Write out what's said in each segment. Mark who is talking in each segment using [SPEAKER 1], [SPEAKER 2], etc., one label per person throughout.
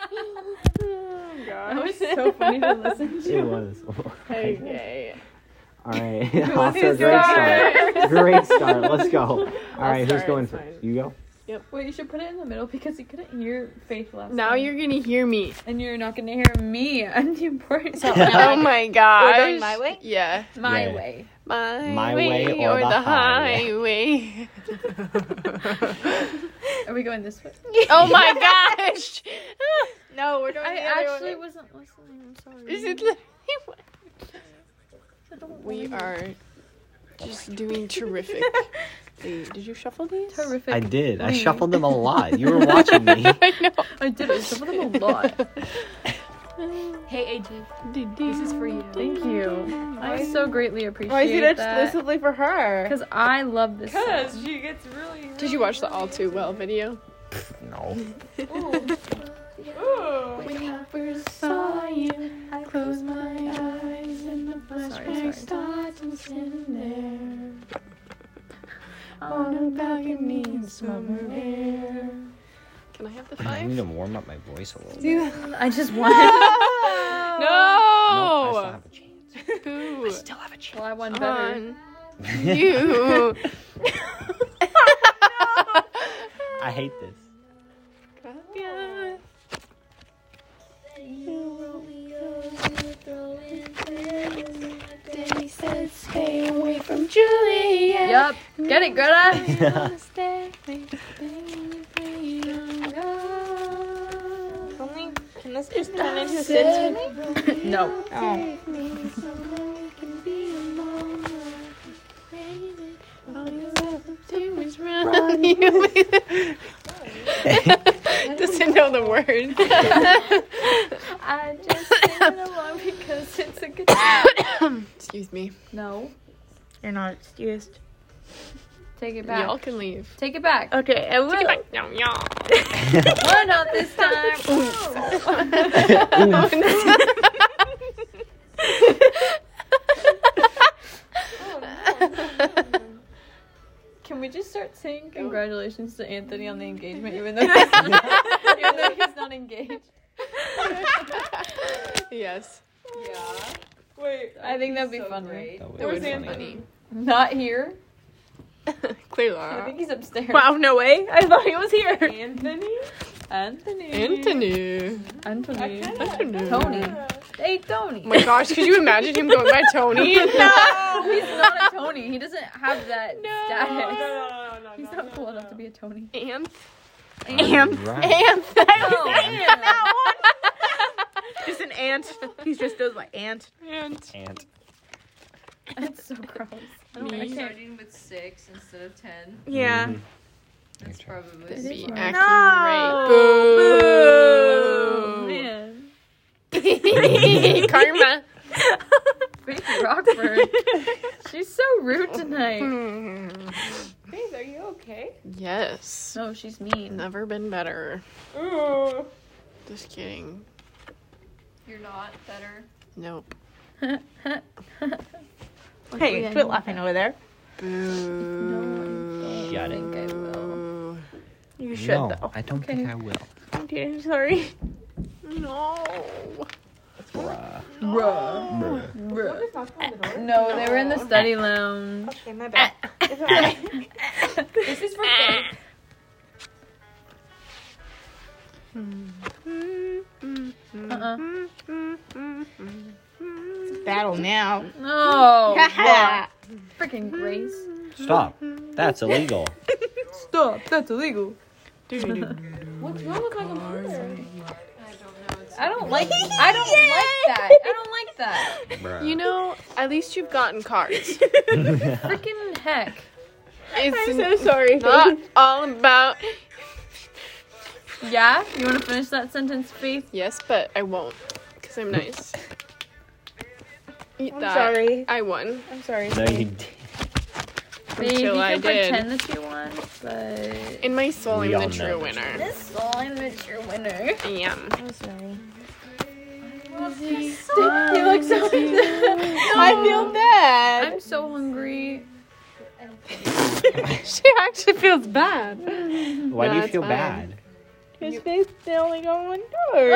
[SPEAKER 1] Oh,
[SPEAKER 2] That was so funny to listen to.
[SPEAKER 3] It was.
[SPEAKER 2] Okay.
[SPEAKER 3] All right.
[SPEAKER 2] want to
[SPEAKER 3] also, great start.
[SPEAKER 2] start?
[SPEAKER 3] great start. Let's go. All
[SPEAKER 2] I'll
[SPEAKER 3] right, who's
[SPEAKER 2] start,
[SPEAKER 3] going
[SPEAKER 2] it's
[SPEAKER 3] first?
[SPEAKER 2] fine.
[SPEAKER 3] You go.
[SPEAKER 2] Wait, you should put it in the middle because you couldn't hear Faith last
[SPEAKER 1] Now
[SPEAKER 2] time.
[SPEAKER 1] you're gonna hear me.
[SPEAKER 2] and you're not gonna hear me. I'm the important
[SPEAKER 4] So,
[SPEAKER 2] part.
[SPEAKER 1] Oh my god.
[SPEAKER 4] going my way?
[SPEAKER 1] Yeah.
[SPEAKER 2] my
[SPEAKER 3] Yeah.
[SPEAKER 2] way.
[SPEAKER 1] My,
[SPEAKER 3] My
[SPEAKER 1] way, or, the, highway.
[SPEAKER 2] Are we going this way?
[SPEAKER 1] oh my gosh.
[SPEAKER 4] no, we're doing
[SPEAKER 2] I
[SPEAKER 4] the other
[SPEAKER 2] actually
[SPEAKER 4] one.
[SPEAKER 2] wasn't listening. I'm sorry.
[SPEAKER 1] Is it like- Mm.
[SPEAKER 2] I don't
[SPEAKER 1] We
[SPEAKER 2] wanna-
[SPEAKER 1] are just doing terrific. Wait, did you shuffle these?
[SPEAKER 2] terrific.
[SPEAKER 3] I did. I
[SPEAKER 2] Lean.
[SPEAKER 3] shuffled them a lot. You were watching me.
[SPEAKER 1] I know.
[SPEAKER 2] I did. I shuffled them a lot.
[SPEAKER 4] Hey, AG,
[SPEAKER 1] This
[SPEAKER 4] is for you.
[SPEAKER 2] Thank you. I so greatly appreciate
[SPEAKER 1] Why is it
[SPEAKER 2] that.
[SPEAKER 1] exclusively for her?
[SPEAKER 2] Because I love this. song.
[SPEAKER 4] Because she gets really.
[SPEAKER 1] Did you watch the All Too Well video?
[SPEAKER 3] No.
[SPEAKER 4] Ooh.
[SPEAKER 2] Sorry, sorry. Um, Oh,
[SPEAKER 1] Can I have the
[SPEAKER 3] I
[SPEAKER 1] five?
[SPEAKER 3] need to warm up my voice a little. Bit.
[SPEAKER 1] Do
[SPEAKER 2] I just won.
[SPEAKER 3] No,
[SPEAKER 1] No!
[SPEAKER 3] I still have a chance.
[SPEAKER 1] Boo.
[SPEAKER 2] well, I won better.
[SPEAKER 1] On you. Oh,
[SPEAKER 3] I hate this.
[SPEAKER 1] Daddy says stay away from Julia.
[SPEAKER 2] Yep. Get it, Greta.
[SPEAKER 4] Only, can this just turn into a Sims movie?
[SPEAKER 2] No.
[SPEAKER 1] Doesn't know the word.
[SPEAKER 2] I just sing it along because it's a good.
[SPEAKER 1] Excuse me.
[SPEAKER 2] No.
[SPEAKER 4] You're not excused.
[SPEAKER 2] Take it back.
[SPEAKER 1] Y'all can leave.
[SPEAKER 2] Take it back.
[SPEAKER 4] Okay, I will.
[SPEAKER 1] Take it back now, y'all.
[SPEAKER 2] Why not this time? Can we just start saying congratulations to Anthony on the engagement, even though he's not, even though he's not engaged?
[SPEAKER 1] yes.
[SPEAKER 2] Yeah.
[SPEAKER 4] Wait.
[SPEAKER 2] I think that'd be fun, right?
[SPEAKER 3] That
[SPEAKER 1] Where's
[SPEAKER 3] was funny.
[SPEAKER 1] Anthony?
[SPEAKER 2] Not here. I
[SPEAKER 1] Clearly.
[SPEAKER 2] think he's upstairs.
[SPEAKER 4] Uh, Wow, no way. I thought he was here.
[SPEAKER 2] Anthony. Anthony.
[SPEAKER 1] Anthony.
[SPEAKER 2] Anthony.
[SPEAKER 1] Anthony.
[SPEAKER 2] Tony. Hey,
[SPEAKER 1] Oh
[SPEAKER 2] Tony.
[SPEAKER 1] my gosh, could you imagine him going by Tony?
[SPEAKER 2] No, he's not a Tony. He doesn't have that status.
[SPEAKER 4] no, no,
[SPEAKER 2] He's not cool enough to be a Tony.
[SPEAKER 1] Amp.
[SPEAKER 3] Amp. Right.
[SPEAKER 1] Amp.
[SPEAKER 4] Just an ant. He just goes like ant.
[SPEAKER 1] Amp.
[SPEAKER 3] Ant.
[SPEAKER 2] That's so gross. I don't
[SPEAKER 1] Me.
[SPEAKER 2] I can't.
[SPEAKER 5] Starting with six instead of ten.
[SPEAKER 4] Yeah.
[SPEAKER 3] Mhm.
[SPEAKER 5] That's
[SPEAKER 3] Your turn.
[SPEAKER 5] probably.
[SPEAKER 2] That
[SPEAKER 1] Be
[SPEAKER 2] is right.
[SPEAKER 1] accurate.
[SPEAKER 4] No.
[SPEAKER 1] Boo.
[SPEAKER 2] Oh, Man.
[SPEAKER 1] Karma.
[SPEAKER 2] Faith Rockford. she's so rude tonight.
[SPEAKER 4] Faith, are you okay?
[SPEAKER 1] Yes.
[SPEAKER 2] No, she's mean.
[SPEAKER 1] Never been better.
[SPEAKER 4] Ooh.
[SPEAKER 1] Just kidding.
[SPEAKER 5] You're not better.
[SPEAKER 1] Nope.
[SPEAKER 4] Hey, quit laughing over there.
[SPEAKER 1] Boo.
[SPEAKER 3] Got
[SPEAKER 2] I
[SPEAKER 3] it.
[SPEAKER 2] think I will.
[SPEAKER 1] Boo.
[SPEAKER 4] You should
[SPEAKER 3] No,
[SPEAKER 4] though.
[SPEAKER 3] I don't think I will.
[SPEAKER 4] Okay, I'm sorry.
[SPEAKER 1] No.
[SPEAKER 3] Bruh.
[SPEAKER 2] Bruh.
[SPEAKER 3] Bruh.
[SPEAKER 2] Bruh. No, they were in the study lounge.
[SPEAKER 4] Okay, my bad.
[SPEAKER 5] This is for
[SPEAKER 2] Ah.
[SPEAKER 5] Faith.
[SPEAKER 2] Uh-uh.
[SPEAKER 4] Battle now.
[SPEAKER 2] No. Why? Freaking Grace.
[SPEAKER 3] Stop. That's illegal.
[SPEAKER 2] Stop. That's illegal.
[SPEAKER 5] What's wrong with my computer? I don't know. It's
[SPEAKER 2] I don't like. I don't like that. I don't like that.
[SPEAKER 1] You know, at least you've gotten cards.
[SPEAKER 3] Bruh.
[SPEAKER 2] Freaking heck.
[SPEAKER 1] It's
[SPEAKER 4] I'm so sorry.
[SPEAKER 1] not all about.
[SPEAKER 2] Yeah. You want to finish that sentence, Faith?
[SPEAKER 1] Yes, but I won't, cause I'm nice. Eat
[SPEAKER 4] I'm
[SPEAKER 1] that.
[SPEAKER 4] sorry.
[SPEAKER 1] I won.
[SPEAKER 4] I'm sorry.
[SPEAKER 3] no, you did.
[SPEAKER 2] Faith, you
[SPEAKER 1] Until
[SPEAKER 2] can
[SPEAKER 1] I did.
[SPEAKER 2] pretend that you won, but
[SPEAKER 1] In my soul, I'm
[SPEAKER 3] We
[SPEAKER 1] the
[SPEAKER 3] all know
[SPEAKER 1] true
[SPEAKER 3] that
[SPEAKER 1] winner.
[SPEAKER 2] this soul image, your winner.
[SPEAKER 1] I am.
[SPEAKER 4] I'm sorry.
[SPEAKER 2] He looks so.
[SPEAKER 4] I feel bad.
[SPEAKER 2] I'm so hungry.
[SPEAKER 1] she actually feels bad.
[SPEAKER 3] Why
[SPEAKER 1] No,
[SPEAKER 3] do you
[SPEAKER 1] it's
[SPEAKER 3] feel
[SPEAKER 1] fine.
[SPEAKER 3] bad?
[SPEAKER 4] His face is only got one card.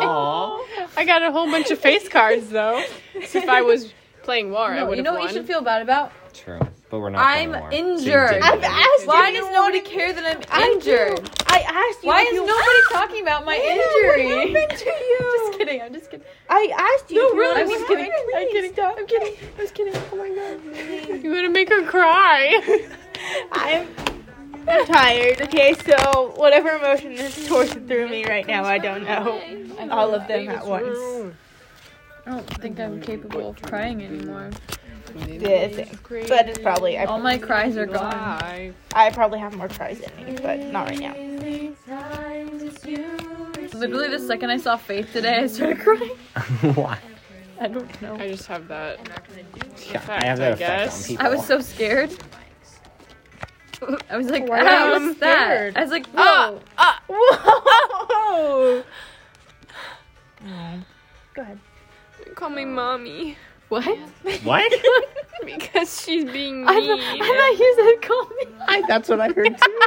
[SPEAKER 3] Aww.
[SPEAKER 1] I got a whole bunch of face cards though. So if I was playing war, I
[SPEAKER 2] No,
[SPEAKER 1] would have
[SPEAKER 2] you know
[SPEAKER 1] won.
[SPEAKER 2] what you should feel bad about?
[SPEAKER 3] True. But we're not.
[SPEAKER 2] I'm
[SPEAKER 3] playing war.
[SPEAKER 2] injured.
[SPEAKER 3] So you did win.
[SPEAKER 4] asked
[SPEAKER 2] Why
[SPEAKER 4] you
[SPEAKER 2] does
[SPEAKER 4] if you
[SPEAKER 2] nobody
[SPEAKER 4] wanted-
[SPEAKER 2] care that
[SPEAKER 4] I
[SPEAKER 2] I'm
[SPEAKER 4] do.
[SPEAKER 2] injured?
[SPEAKER 4] I asked you.
[SPEAKER 2] Why
[SPEAKER 4] if
[SPEAKER 2] is
[SPEAKER 4] you-
[SPEAKER 2] nobody talking about my
[SPEAKER 4] Yeah, what
[SPEAKER 2] injury?
[SPEAKER 4] happened to you?
[SPEAKER 2] just kidding. I'm just kidding.
[SPEAKER 4] I asked you.
[SPEAKER 2] No,
[SPEAKER 4] if you
[SPEAKER 2] really,
[SPEAKER 4] wanted
[SPEAKER 2] I'm
[SPEAKER 4] to
[SPEAKER 2] just
[SPEAKER 4] be
[SPEAKER 2] kidding.
[SPEAKER 4] released.
[SPEAKER 2] I'm kidding. I'm kidding. I was kidding. Oh my god.
[SPEAKER 1] You're gonna make her cry.
[SPEAKER 2] Oh
[SPEAKER 4] I'm, I'm tired. Okay, so whatever emotion is coursing through me right now, I don't know. All of them at once.
[SPEAKER 2] I don't think I'm capable of crying anymore.
[SPEAKER 4] Yeah, it's- but it's probably I,
[SPEAKER 2] All my cries are gone.
[SPEAKER 1] Why?
[SPEAKER 4] I probably have more cries in me, but not right now.
[SPEAKER 2] Literally, the second I saw Faith today, I started crying.
[SPEAKER 3] Why?
[SPEAKER 2] I don't know.
[SPEAKER 1] I just have that.
[SPEAKER 3] Yeah,
[SPEAKER 1] Effect,
[SPEAKER 3] I have that
[SPEAKER 1] I
[SPEAKER 3] effect on
[SPEAKER 1] guess.
[SPEAKER 3] people.
[SPEAKER 2] I was so scared. I was like,
[SPEAKER 1] Why are
[SPEAKER 2] ah,
[SPEAKER 1] you
[SPEAKER 2] what's that?
[SPEAKER 1] scared?
[SPEAKER 2] I was like, oh,
[SPEAKER 4] Whoa! Go ahead.
[SPEAKER 1] Call me mommy
[SPEAKER 2] what?
[SPEAKER 3] What?
[SPEAKER 1] because she's being mean.
[SPEAKER 2] I thought, I thought you said call me.
[SPEAKER 3] I, that's what I heard too.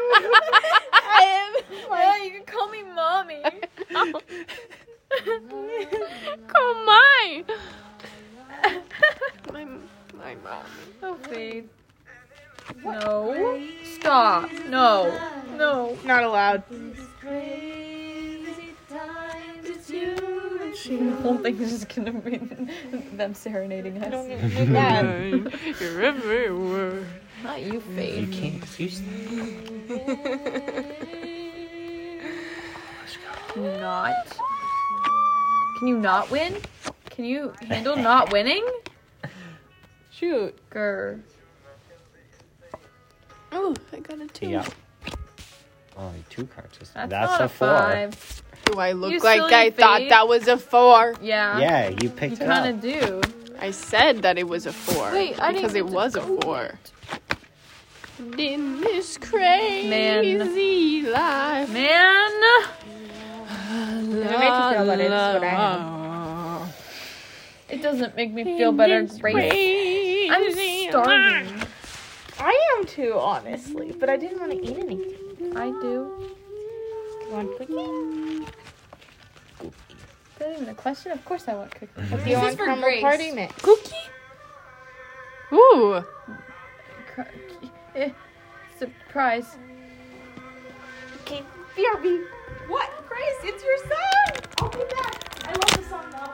[SPEAKER 4] I am
[SPEAKER 2] Yeah, you can call me mommy.
[SPEAKER 1] Call my my my mom.
[SPEAKER 2] oh, Faith. No. Stop. No. No.
[SPEAKER 4] not allowed.
[SPEAKER 2] The whole thing is just gonna be them serenading us.
[SPEAKER 4] Yeah.
[SPEAKER 1] You're everywhere.
[SPEAKER 2] Not you,
[SPEAKER 3] You
[SPEAKER 2] Faith.
[SPEAKER 3] can't excuse that.
[SPEAKER 2] Can you not? Can you not win? Can you handle not winning?
[SPEAKER 1] Shoot.
[SPEAKER 2] Grr.
[SPEAKER 1] Oh, I got a two.
[SPEAKER 3] Yeah. Oh, two cards. That's,
[SPEAKER 2] That's,
[SPEAKER 3] that's
[SPEAKER 2] not
[SPEAKER 3] a,
[SPEAKER 2] a
[SPEAKER 3] four.
[SPEAKER 2] five.
[SPEAKER 1] Do I look
[SPEAKER 2] You
[SPEAKER 1] like
[SPEAKER 2] silly
[SPEAKER 1] I thought
[SPEAKER 2] babe.
[SPEAKER 1] that was a four?
[SPEAKER 2] Yeah.
[SPEAKER 3] Yeah, you picked
[SPEAKER 2] You
[SPEAKER 3] it up.
[SPEAKER 2] kind of do.
[SPEAKER 1] I said that it was a four.
[SPEAKER 2] Wait, I
[SPEAKER 1] because
[SPEAKER 2] didn't get
[SPEAKER 1] it
[SPEAKER 2] to
[SPEAKER 1] was a
[SPEAKER 2] go
[SPEAKER 1] four. In this crazy life.
[SPEAKER 2] Man.
[SPEAKER 1] It
[SPEAKER 4] made you feel better, that's what I
[SPEAKER 2] It doesn't make me feel better. Great. I'm starving.
[SPEAKER 4] I am too, honestly, but I didn't want to eat anything.
[SPEAKER 2] I do.
[SPEAKER 4] Want cookie?
[SPEAKER 2] That isn't a question. Of course I want cookies.
[SPEAKER 4] Do you want
[SPEAKER 5] for
[SPEAKER 4] caramel
[SPEAKER 5] Grace.
[SPEAKER 4] party mix?
[SPEAKER 1] Cookie? Ooh.
[SPEAKER 2] Cookie. Eh, Surprise.
[SPEAKER 4] Okay, BRB.
[SPEAKER 5] What? Grace, it's your son! I'll be back. I love this song though.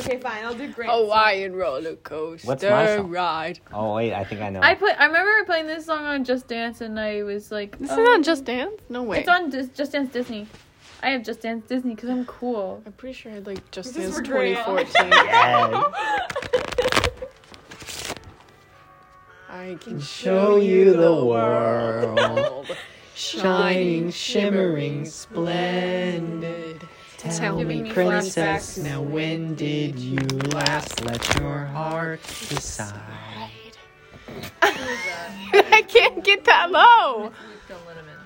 [SPEAKER 5] Okay, fine, I'll do Grace.
[SPEAKER 4] Oh.
[SPEAKER 1] Hawaiian roller coaster
[SPEAKER 3] What's my song?
[SPEAKER 1] ride.
[SPEAKER 3] Oh wait, I think I know.
[SPEAKER 2] I play. I remember playing this song on Just Dance, and I was like,
[SPEAKER 1] This
[SPEAKER 2] oh.
[SPEAKER 1] is on Just Dance? No way.
[SPEAKER 2] It's on Dis- Just Dance Disney. I have Just Dance Disney because I'm cool.
[SPEAKER 1] I'm pretty sure I like Just
[SPEAKER 5] This is
[SPEAKER 1] Dance
[SPEAKER 5] for Drea.
[SPEAKER 1] 2014.
[SPEAKER 3] Yes.
[SPEAKER 1] I can
[SPEAKER 3] show you the world.
[SPEAKER 1] Shining, shimmering, splendid. Tell
[SPEAKER 2] Giving
[SPEAKER 1] me,
[SPEAKER 2] me
[SPEAKER 1] princess,
[SPEAKER 2] flashbacks.
[SPEAKER 1] now when did you last let your heart decide? I can't get that low.
[SPEAKER 5] Don't let him in.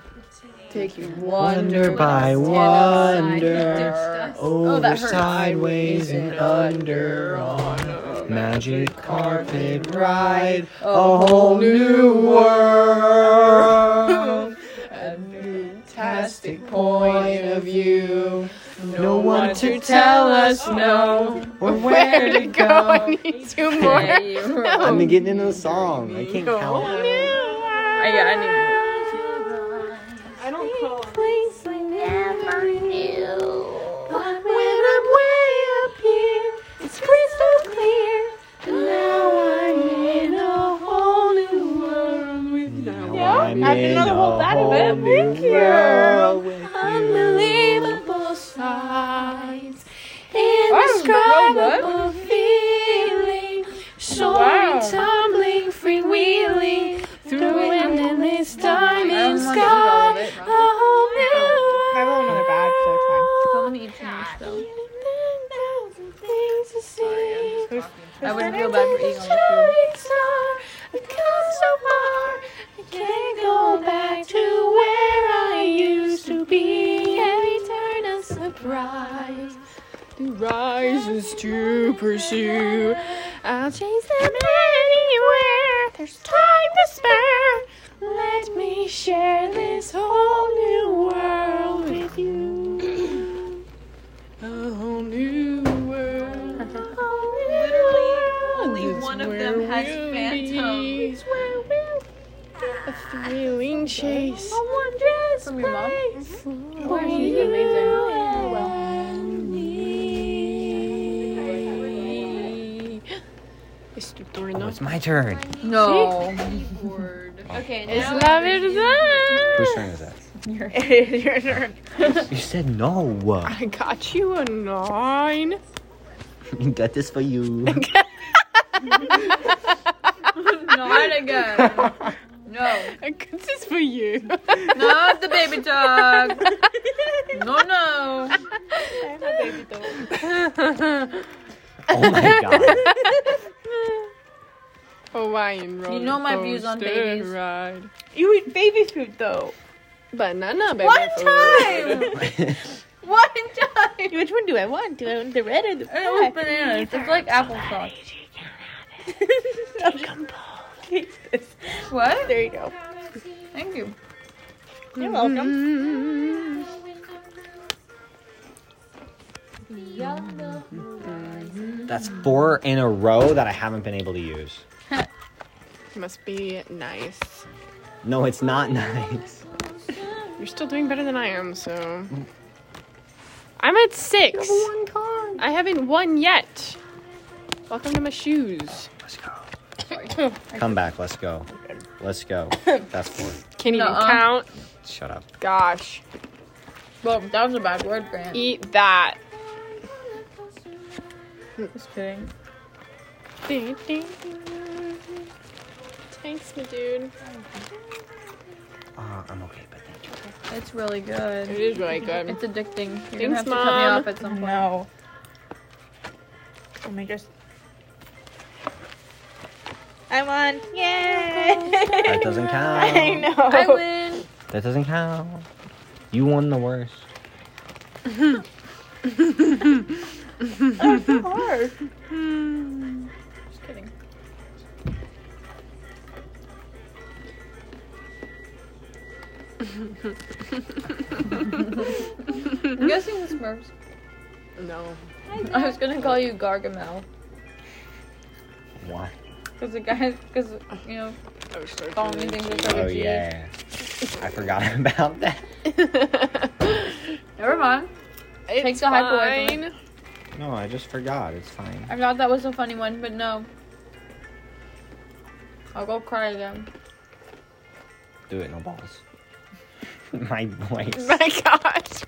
[SPEAKER 1] Take you
[SPEAKER 3] Wonder by wonder,
[SPEAKER 2] Oh,
[SPEAKER 3] over
[SPEAKER 2] that hurts.
[SPEAKER 3] sideways and under on a magic carpet ride, a whole new world,
[SPEAKER 1] fantastic point of view.
[SPEAKER 3] No one to tell
[SPEAKER 2] Oh.
[SPEAKER 3] us no or where to go.
[SPEAKER 1] I need two more.
[SPEAKER 2] Yeah, you-
[SPEAKER 3] I'm getting into the song. I can't count.
[SPEAKER 2] I, yeah, I need.
[SPEAKER 5] I don't call.
[SPEAKER 3] Yeah, I'm
[SPEAKER 4] I didn't know the whole bad of it. Thank you.
[SPEAKER 1] Unbelievable sights,
[SPEAKER 2] indescribable
[SPEAKER 1] feeling,
[SPEAKER 2] soaring,
[SPEAKER 1] tumbling, freewheeling, through an endless time
[SPEAKER 2] I don't want to eat all of it.
[SPEAKER 4] I have another bag, so it's
[SPEAKER 2] I want to eat too much
[SPEAKER 4] fine.
[SPEAKER 2] though. I wouldn't feel bad for eating all the food.
[SPEAKER 1] Rises to pursue. I'll chase them anywhere. There's time to spare. Let me share this whole new world with you. A whole new thrilling chase.
[SPEAKER 2] From your mom?
[SPEAKER 1] for
[SPEAKER 2] She's
[SPEAKER 1] you
[SPEAKER 2] amazing.
[SPEAKER 1] and me. Mr.
[SPEAKER 3] Oh,
[SPEAKER 1] Bruno.
[SPEAKER 3] it's my turn.
[SPEAKER 2] No.
[SPEAKER 5] Okay,
[SPEAKER 1] It's
[SPEAKER 5] now
[SPEAKER 1] love it is
[SPEAKER 3] Whose
[SPEAKER 1] us.
[SPEAKER 3] turn is that?
[SPEAKER 4] It is your turn.
[SPEAKER 3] You said no.
[SPEAKER 1] I got you a nine.
[SPEAKER 3] Got this for you.
[SPEAKER 2] Not again.
[SPEAKER 3] Oh
[SPEAKER 2] No.
[SPEAKER 1] I got this for you.
[SPEAKER 2] Not the baby dog. No, no.
[SPEAKER 3] Oh my god.
[SPEAKER 1] Hawaiian roller
[SPEAKER 2] know my views on
[SPEAKER 1] coaster
[SPEAKER 2] babies.
[SPEAKER 1] Ride.
[SPEAKER 4] You eat baby food though.
[SPEAKER 1] Banana baby.
[SPEAKER 2] One
[SPEAKER 1] food.
[SPEAKER 2] time. One time.
[SPEAKER 4] Which one do I want? Do I want the red or the
[SPEAKER 2] It was bananas. It's like applesauce.
[SPEAKER 4] Taste this.
[SPEAKER 2] What?
[SPEAKER 4] There you go.
[SPEAKER 2] Thank you.
[SPEAKER 4] You're welcome.
[SPEAKER 3] That's four in a row that I haven't been able to use.
[SPEAKER 1] Must be nice.
[SPEAKER 3] No, it's not nice.
[SPEAKER 1] You're still doing better than I am, so. I'm at six. I haven't won yet. Welcome to my shoes.
[SPEAKER 3] Let's go. Come back. Let's go. Let's go. That's four.
[SPEAKER 1] Can't even
[SPEAKER 2] Nuh-uh.
[SPEAKER 1] count.
[SPEAKER 3] Shut up.
[SPEAKER 1] Gosh,
[SPEAKER 2] Well, that was a bad word, Grant.
[SPEAKER 1] eat that.
[SPEAKER 2] Just kidding.
[SPEAKER 1] Thanks, my dude.
[SPEAKER 3] Uh, I'm okay, but thank you.
[SPEAKER 2] It's really good.
[SPEAKER 1] It is really good.
[SPEAKER 2] It's addicting. You're
[SPEAKER 1] Thanks,
[SPEAKER 2] gonna have to cut
[SPEAKER 1] Mom.
[SPEAKER 2] me off at some point.
[SPEAKER 4] No. Let me just. I'm on. Yay!
[SPEAKER 3] That doesn't
[SPEAKER 4] I
[SPEAKER 3] count.
[SPEAKER 4] know.
[SPEAKER 2] I win.
[SPEAKER 3] That doesn't count. You won the worst.
[SPEAKER 4] That's so hard.
[SPEAKER 2] Just kidding. I'm guessing the Smurfs.
[SPEAKER 1] No.
[SPEAKER 2] I was gonna call you Gargamel
[SPEAKER 3] What?
[SPEAKER 2] because the guy, because you know,
[SPEAKER 1] I was so
[SPEAKER 2] calling me things that start
[SPEAKER 3] Oh
[SPEAKER 2] with G.
[SPEAKER 3] yeah. I forgot about that.
[SPEAKER 2] Never mind.
[SPEAKER 1] It's
[SPEAKER 2] Takes the hype away from
[SPEAKER 1] fine.
[SPEAKER 3] No, I just forgot. It's fine.
[SPEAKER 2] I thought that was a funny one, but no. I'll go cry again.
[SPEAKER 3] Do it. No balls. My voice.
[SPEAKER 1] My gosh.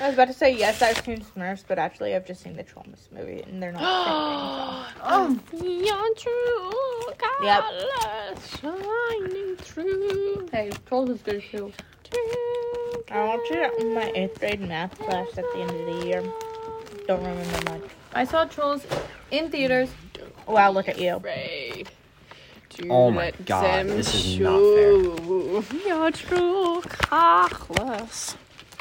[SPEAKER 4] I was about to say yes, I've seen Smurfs, but actually I've just seen the Traumas movie, and they're not.
[SPEAKER 2] Oh,
[SPEAKER 1] Beyond true
[SPEAKER 4] Yep.
[SPEAKER 1] colors shining through.
[SPEAKER 2] hey, Trolls is good too.
[SPEAKER 1] True
[SPEAKER 4] the same thing. I watched it in my eighth grade math class at the end of the year. Don't remember much.
[SPEAKER 2] I saw Trolls in theaters.
[SPEAKER 4] Wow, look at you.
[SPEAKER 1] afraid to
[SPEAKER 3] Oh my
[SPEAKER 1] let
[SPEAKER 3] God,
[SPEAKER 1] them
[SPEAKER 3] this is not
[SPEAKER 1] show your true colors.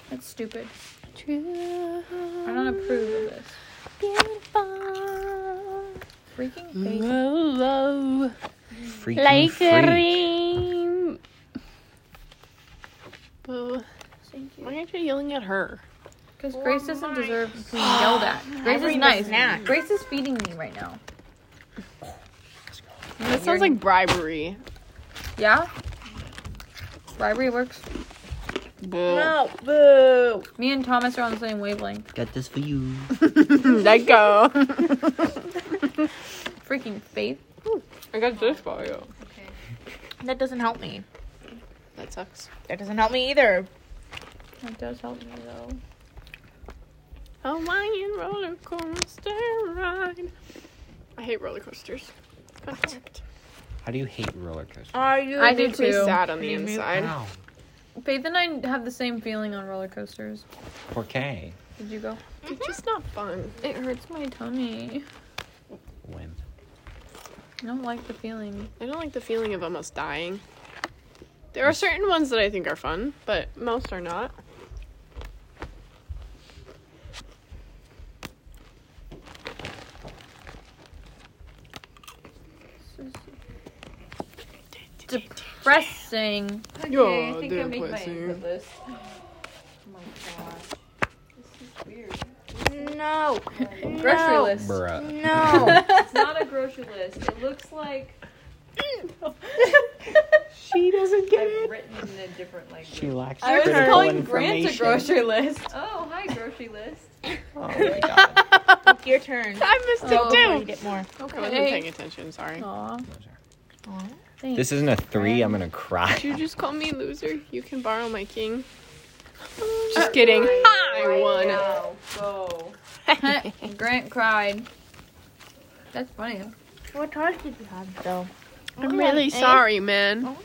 [SPEAKER 2] That's stupid.
[SPEAKER 1] True
[SPEAKER 2] I don't approve of this.
[SPEAKER 1] beautiful.
[SPEAKER 2] Freaking
[SPEAKER 3] Mm-hmm.
[SPEAKER 1] Whoa,
[SPEAKER 2] face.
[SPEAKER 1] whoa.
[SPEAKER 3] Freaking
[SPEAKER 1] Like a
[SPEAKER 3] freak.
[SPEAKER 1] rainbow. Why aren't you yelling at her?
[SPEAKER 2] Because Grace doesn't deserve being yelled at. Grace is nice. Grace is feeding me right now.
[SPEAKER 1] That sounds like bribery.
[SPEAKER 2] Yeah? Bribery works.
[SPEAKER 1] Boo.
[SPEAKER 4] No, boo.
[SPEAKER 2] Me and Thomas are on the same wavelength.
[SPEAKER 3] Got this for you.
[SPEAKER 1] Let go.
[SPEAKER 2] Freaking faith.
[SPEAKER 1] I got this for you.
[SPEAKER 4] That doesn't help me.
[SPEAKER 1] That sucks.
[SPEAKER 4] That doesn't help me either.
[SPEAKER 2] That does help me though.
[SPEAKER 1] Oh, Hawaiian roller coaster ride. I hate roller coasters. God damn it.
[SPEAKER 3] How do you hate roller coasters?
[SPEAKER 4] Are you?
[SPEAKER 2] I do
[SPEAKER 1] Makes me
[SPEAKER 2] too.
[SPEAKER 1] sad on the
[SPEAKER 4] Me
[SPEAKER 1] inside.
[SPEAKER 3] Wow.
[SPEAKER 2] Faith and I have the same feeling on roller coasters.
[SPEAKER 3] Okay.
[SPEAKER 2] Did you go?
[SPEAKER 1] It's just not fun.
[SPEAKER 2] It hurts my tummy.
[SPEAKER 3] Wimp.
[SPEAKER 2] I don't like the feeling.
[SPEAKER 1] I don't like the feeling of almost dying. There are certain ones that I think are fun, but most are not.
[SPEAKER 2] Depressing.
[SPEAKER 1] Okay, I think I make my exit
[SPEAKER 5] list. Oh my gosh. This is weird.
[SPEAKER 4] No.
[SPEAKER 2] Grocery
[SPEAKER 4] No.
[SPEAKER 2] list.
[SPEAKER 3] Bruh.
[SPEAKER 4] No.
[SPEAKER 5] It's not a grocery list. It looks like
[SPEAKER 1] She doesn't get
[SPEAKER 5] I've
[SPEAKER 1] it.
[SPEAKER 5] written it in a different language.
[SPEAKER 3] She lacks
[SPEAKER 2] I was
[SPEAKER 3] critical
[SPEAKER 2] calling Grant a
[SPEAKER 3] information.
[SPEAKER 2] grocery list.
[SPEAKER 5] Oh, hi, grocery list.
[SPEAKER 3] Oh my god.
[SPEAKER 4] It's your turn.
[SPEAKER 1] I missed
[SPEAKER 2] Oh.
[SPEAKER 1] it
[SPEAKER 4] Read it more.
[SPEAKER 1] too. I wasn't paying attention. Sorry.
[SPEAKER 2] Aw.
[SPEAKER 3] This isn't a three. I'm gonna cry.
[SPEAKER 1] Did you just call me loser? You can borrow my king. Just kidding. I won.
[SPEAKER 5] Now, go.
[SPEAKER 4] Oh.
[SPEAKER 2] Grant cried. That's funny.
[SPEAKER 4] What toys did you have, though?
[SPEAKER 1] I'm really sorry, man.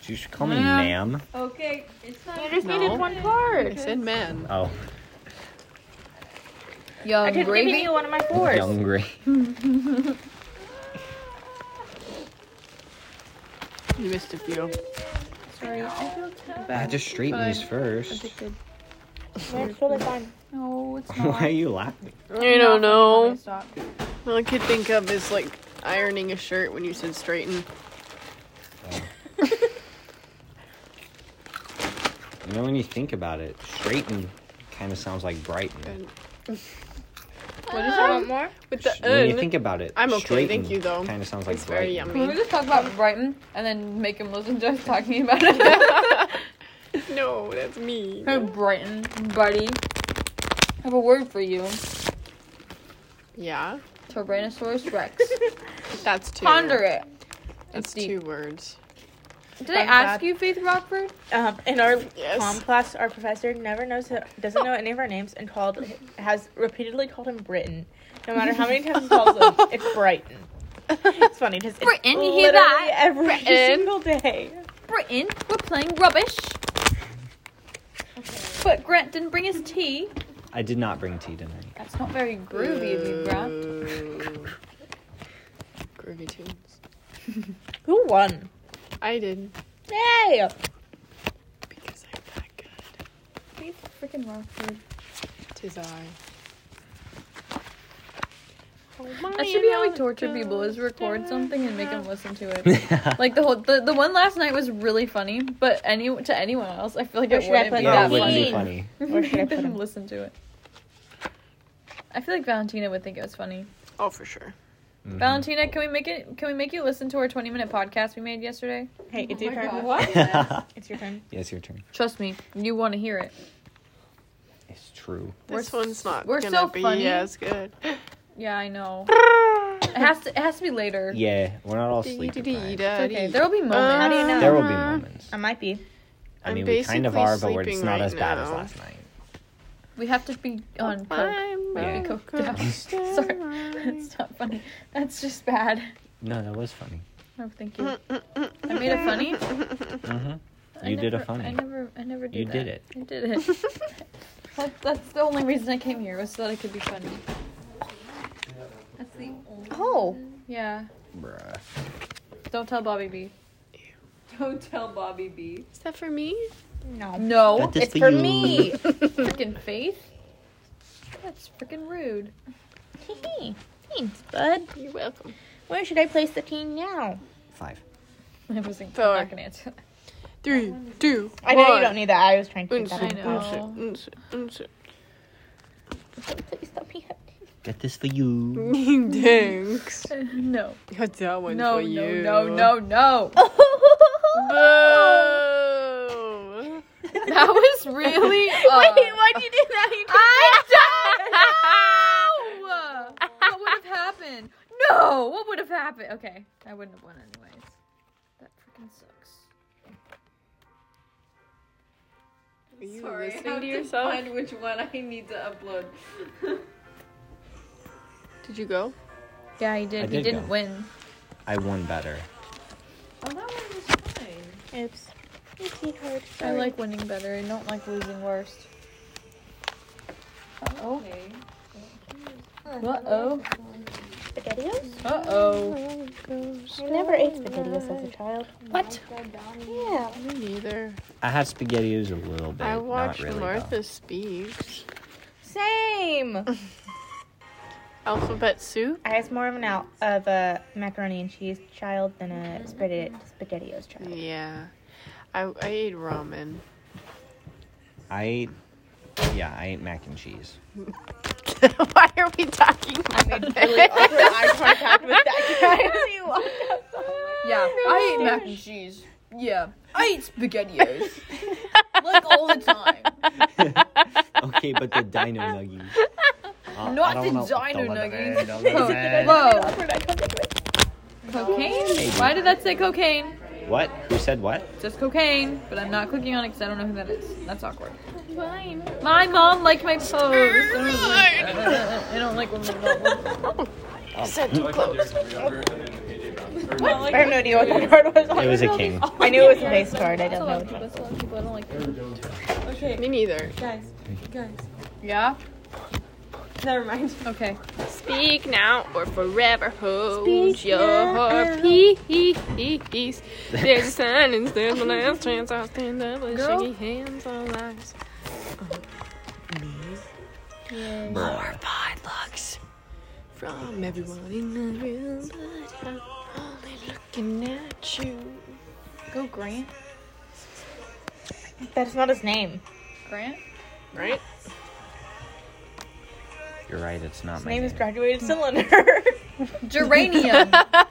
[SPEAKER 3] Did you just call me
[SPEAKER 2] Yeah.
[SPEAKER 3] ma'am?
[SPEAKER 5] Okay, it's not.
[SPEAKER 4] You just
[SPEAKER 1] No.
[SPEAKER 4] needed one card.
[SPEAKER 1] I said man.
[SPEAKER 3] Oh,
[SPEAKER 4] I
[SPEAKER 2] Young
[SPEAKER 4] could have given
[SPEAKER 2] gravy.
[SPEAKER 4] you one of my fours.
[SPEAKER 3] young gray.
[SPEAKER 1] You missed a few.
[SPEAKER 2] Sorry, I feel bad.
[SPEAKER 3] Ah, just straight
[SPEAKER 2] Fine.
[SPEAKER 3] news first.
[SPEAKER 4] That's totally fine.
[SPEAKER 2] No, it's not.
[SPEAKER 3] Why are you laughing?
[SPEAKER 1] I don't
[SPEAKER 2] No,
[SPEAKER 1] know.
[SPEAKER 2] it's not. Stop.
[SPEAKER 1] All I could think of is like ironing a shirt when you said straighten.
[SPEAKER 3] You know when you think about it, straighten kind of sounds like brighten.
[SPEAKER 4] What is it? One more?
[SPEAKER 1] Um, With the
[SPEAKER 3] when you
[SPEAKER 1] N.
[SPEAKER 3] think about it,
[SPEAKER 1] I'm okay, thank
[SPEAKER 3] straighten
[SPEAKER 1] you, though.
[SPEAKER 3] Kind of sounds like
[SPEAKER 1] It's very
[SPEAKER 3] brighten.
[SPEAKER 2] Can we
[SPEAKER 1] yummy.
[SPEAKER 2] just talk about Brighton and then make him listen to us talking about it?
[SPEAKER 1] no, that's me.
[SPEAKER 2] hey, Brighton, buddy. I have a word for you.
[SPEAKER 1] Yeah,
[SPEAKER 2] Tyrannosaurus Rex.
[SPEAKER 1] that's two.
[SPEAKER 2] Ponder it.
[SPEAKER 1] That's
[SPEAKER 2] deep.
[SPEAKER 1] two words.
[SPEAKER 2] Did I ask
[SPEAKER 4] Fun fact.
[SPEAKER 2] you, Faith Rockford?
[SPEAKER 4] Um, in our
[SPEAKER 1] Yes.
[SPEAKER 4] com class, our professor never knows, doesn't know any of our names, and called has repeatedly called him Britain. No matter how many times he calls him, it's Brighton. It's funny because
[SPEAKER 2] Britain,
[SPEAKER 4] it's
[SPEAKER 2] you hear
[SPEAKER 4] literally
[SPEAKER 2] that?
[SPEAKER 4] every
[SPEAKER 2] Britain.
[SPEAKER 4] single day.
[SPEAKER 2] Britain, we're playing rubbish. But Grant didn't bring his tea.
[SPEAKER 3] I did not bring tea tonight.
[SPEAKER 2] That's not very groovy of
[SPEAKER 1] Uh,
[SPEAKER 2] you, Grant.
[SPEAKER 1] Ooh. Groovy tunes.
[SPEAKER 4] Who won?
[SPEAKER 1] I did
[SPEAKER 4] Yay!
[SPEAKER 1] because I'm that good.
[SPEAKER 2] Faith freaking Rockford.
[SPEAKER 1] Tis I.
[SPEAKER 2] That should be how we torture people: is record something and make them listen to it. Like the whole the, the one last night was really funny, but any to anyone else, I feel like
[SPEAKER 4] Or
[SPEAKER 2] it
[SPEAKER 4] should I
[SPEAKER 2] wouldn't
[SPEAKER 4] put
[SPEAKER 2] be
[SPEAKER 3] yeah,
[SPEAKER 2] that
[SPEAKER 3] it wouldn't be
[SPEAKER 2] funny.
[SPEAKER 3] funny.
[SPEAKER 4] Or should I
[SPEAKER 2] Make
[SPEAKER 4] put
[SPEAKER 2] them
[SPEAKER 4] him-
[SPEAKER 2] listen to it. I feel like Valentina would think it was funny.
[SPEAKER 1] Oh, for sure.
[SPEAKER 3] Mhm.
[SPEAKER 2] Valentina, can we make it? Can we make you listen to our twenty-minute podcast we made yesterday?
[SPEAKER 4] Hey, it's your turn. Oh It's your turn.
[SPEAKER 3] yes, your turn.
[SPEAKER 2] Trust me, you want to hear it.
[SPEAKER 3] It's true.
[SPEAKER 1] This
[SPEAKER 2] We're s-
[SPEAKER 1] one's not
[SPEAKER 2] we're
[SPEAKER 1] gonna
[SPEAKER 2] so
[SPEAKER 1] be
[SPEAKER 2] funny.
[SPEAKER 1] as good.
[SPEAKER 2] Yeah, I know. It has to. It has to be later.
[SPEAKER 3] Yeah, we're not all sleepy. deprived.
[SPEAKER 2] It's okay. There will be moments.
[SPEAKER 4] How do you know?
[SPEAKER 3] There will be moments.
[SPEAKER 4] I might be.
[SPEAKER 3] I
[SPEAKER 1] I'm
[SPEAKER 3] mean, we kind of
[SPEAKER 1] Uh-huh. basically
[SPEAKER 3] are, but we're just
[SPEAKER 1] sleeping
[SPEAKER 3] not
[SPEAKER 1] right
[SPEAKER 3] as bad as
[SPEAKER 1] now.
[SPEAKER 3] last night.
[SPEAKER 2] we have to be on coke.
[SPEAKER 3] Yeah.
[SPEAKER 2] Coke down. Sorry, that's not funny. That's just bad.
[SPEAKER 3] No, that was funny.
[SPEAKER 2] No, thank you. I made it funny. I
[SPEAKER 3] You did a
[SPEAKER 2] never-
[SPEAKER 3] funny.
[SPEAKER 2] I never, I never did
[SPEAKER 3] Mm-hmm. You
[SPEAKER 2] that.
[SPEAKER 3] did it.
[SPEAKER 2] I did it. that, that's the only reason I came here was so that it could be funny. That's the only.
[SPEAKER 4] Oh.
[SPEAKER 2] Yeah.
[SPEAKER 3] Bruh.
[SPEAKER 2] Don't tell Bobby B.
[SPEAKER 5] Don't tell Bobby B.
[SPEAKER 1] Is that for me?
[SPEAKER 4] No.
[SPEAKER 2] No.
[SPEAKER 3] That is
[SPEAKER 4] it's for
[SPEAKER 3] you.
[SPEAKER 4] me.
[SPEAKER 2] Freaking Faith. That's freaking rude.
[SPEAKER 4] Thanks, bud.
[SPEAKER 1] You're welcome.
[SPEAKER 4] Where should I place the king now?
[SPEAKER 3] Five.
[SPEAKER 2] I wasn't
[SPEAKER 1] Four.
[SPEAKER 2] not gonna answer. that.
[SPEAKER 1] Three, two,
[SPEAKER 4] I know you don't need that. I was trying to.
[SPEAKER 1] one.
[SPEAKER 4] keep that
[SPEAKER 2] I
[SPEAKER 4] in
[SPEAKER 2] know.
[SPEAKER 4] mind.
[SPEAKER 1] Unse- unse-
[SPEAKER 4] Please stop me.
[SPEAKER 3] Got this for you.
[SPEAKER 1] unse- Thanks.
[SPEAKER 2] No.
[SPEAKER 1] Got that one
[SPEAKER 2] No.
[SPEAKER 1] for
[SPEAKER 2] No.
[SPEAKER 1] you.
[SPEAKER 2] No. No. No.
[SPEAKER 1] Boo!
[SPEAKER 2] That was really. Uh,
[SPEAKER 4] why'd you do that? You
[SPEAKER 2] I don't know. what would have happened? No. What would have happened? Okay, I wouldn't have won anyways. That freaking sucks.
[SPEAKER 1] Are you
[SPEAKER 5] Sorry, I
[SPEAKER 1] listening to
[SPEAKER 5] have to
[SPEAKER 1] yourself?
[SPEAKER 5] find which one I need to upload.
[SPEAKER 1] Did you go?
[SPEAKER 2] Yeah, he did.
[SPEAKER 3] I
[SPEAKER 2] he
[SPEAKER 3] did
[SPEAKER 2] didn't
[SPEAKER 3] go.
[SPEAKER 2] win.
[SPEAKER 3] I won better.
[SPEAKER 5] Oh, that one was fine.
[SPEAKER 4] Oops.
[SPEAKER 2] I like winning better. I don't like losing worst.
[SPEAKER 5] Oh.
[SPEAKER 2] Uh oh. Uh oh.
[SPEAKER 4] I never ate spaghettios as a child.
[SPEAKER 2] What?
[SPEAKER 4] Yeah.
[SPEAKER 1] Me neither.
[SPEAKER 3] I had spaghettios a little bit.
[SPEAKER 1] I watched
[SPEAKER 3] not really, though.
[SPEAKER 1] Martha Speaks.
[SPEAKER 4] Same.
[SPEAKER 1] Alphabet Soup?
[SPEAKER 4] I was more of an out of a macaroni and cheese child than a spaghetti spaghettios child.
[SPEAKER 1] Yeah. I, I ate ramen.
[SPEAKER 3] I ate. Yeah, I ate mac and cheese.
[SPEAKER 1] Why are we talking about
[SPEAKER 4] made really
[SPEAKER 1] it?
[SPEAKER 4] awkward eye contact with that guy. You walked up.
[SPEAKER 2] Yeah, I ate mac and cheese. Yeah, I eat spaghettios like all the time.
[SPEAKER 3] okay, but the dino nuggies. Uh,
[SPEAKER 2] Not
[SPEAKER 3] I don't
[SPEAKER 2] the
[SPEAKER 3] know-
[SPEAKER 2] dino
[SPEAKER 3] don't know
[SPEAKER 2] nuggies.
[SPEAKER 3] that, don't know
[SPEAKER 2] Co-
[SPEAKER 3] that.
[SPEAKER 2] Whoa,
[SPEAKER 4] Awkward eye contact with.
[SPEAKER 2] cocaine? Why did that say cocaine?
[SPEAKER 3] What? Who said what?
[SPEAKER 2] Just cocaine, but I'm not clicking on it because I don't know who that is. That's awkward. My mom liked my pose. I don't like, I don't like women at all.
[SPEAKER 4] I have no idea what the card was.
[SPEAKER 3] It was a king.
[SPEAKER 4] I knew it was a face card. I
[SPEAKER 2] That's a
[SPEAKER 4] don't
[SPEAKER 2] lot of
[SPEAKER 4] know.
[SPEAKER 2] people. That's a lot of people. I don't like them.
[SPEAKER 1] Me neither.
[SPEAKER 5] Guys, guys.
[SPEAKER 2] Yeah?
[SPEAKER 5] Never mind.
[SPEAKER 2] Okay.
[SPEAKER 1] Speak now or forever hold your peace. There's a silence, there's the last chance I'll stand up and
[SPEAKER 2] Girl.
[SPEAKER 1] shaky hands on lives.
[SPEAKER 3] Bruh.
[SPEAKER 1] Bad looks from everyone in the room, but I'm only looking at you.
[SPEAKER 2] Go Grant.
[SPEAKER 4] That's not his name.
[SPEAKER 2] Grant?
[SPEAKER 1] Right?
[SPEAKER 3] You're right. It's not
[SPEAKER 4] His
[SPEAKER 3] my
[SPEAKER 4] name is
[SPEAKER 3] name.
[SPEAKER 4] graduated cylinder.
[SPEAKER 2] Geranium.
[SPEAKER 4] I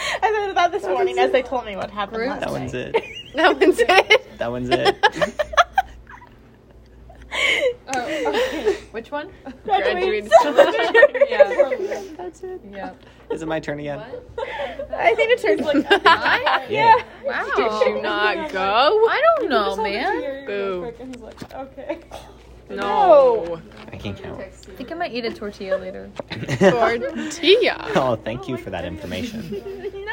[SPEAKER 4] thought about this morning as they told me what happened
[SPEAKER 2] Rude.
[SPEAKER 4] last
[SPEAKER 3] That one's it.
[SPEAKER 1] that one's it.
[SPEAKER 3] That one's it.
[SPEAKER 2] oh, okay. Which one?
[SPEAKER 1] Graduated
[SPEAKER 2] Yeah.
[SPEAKER 1] That's it.
[SPEAKER 2] Yeah.
[SPEAKER 3] Is it my turn again?
[SPEAKER 4] I think it turns like
[SPEAKER 2] I?
[SPEAKER 3] Yeah.
[SPEAKER 2] Wow.
[SPEAKER 1] Did you not go?
[SPEAKER 2] I don't know, man.
[SPEAKER 1] Boo.
[SPEAKER 5] And he's like, okay.
[SPEAKER 1] No.
[SPEAKER 3] I can count.
[SPEAKER 2] I think I might eat a tortilla later.
[SPEAKER 1] Tortilla.
[SPEAKER 3] oh, thank you for that information.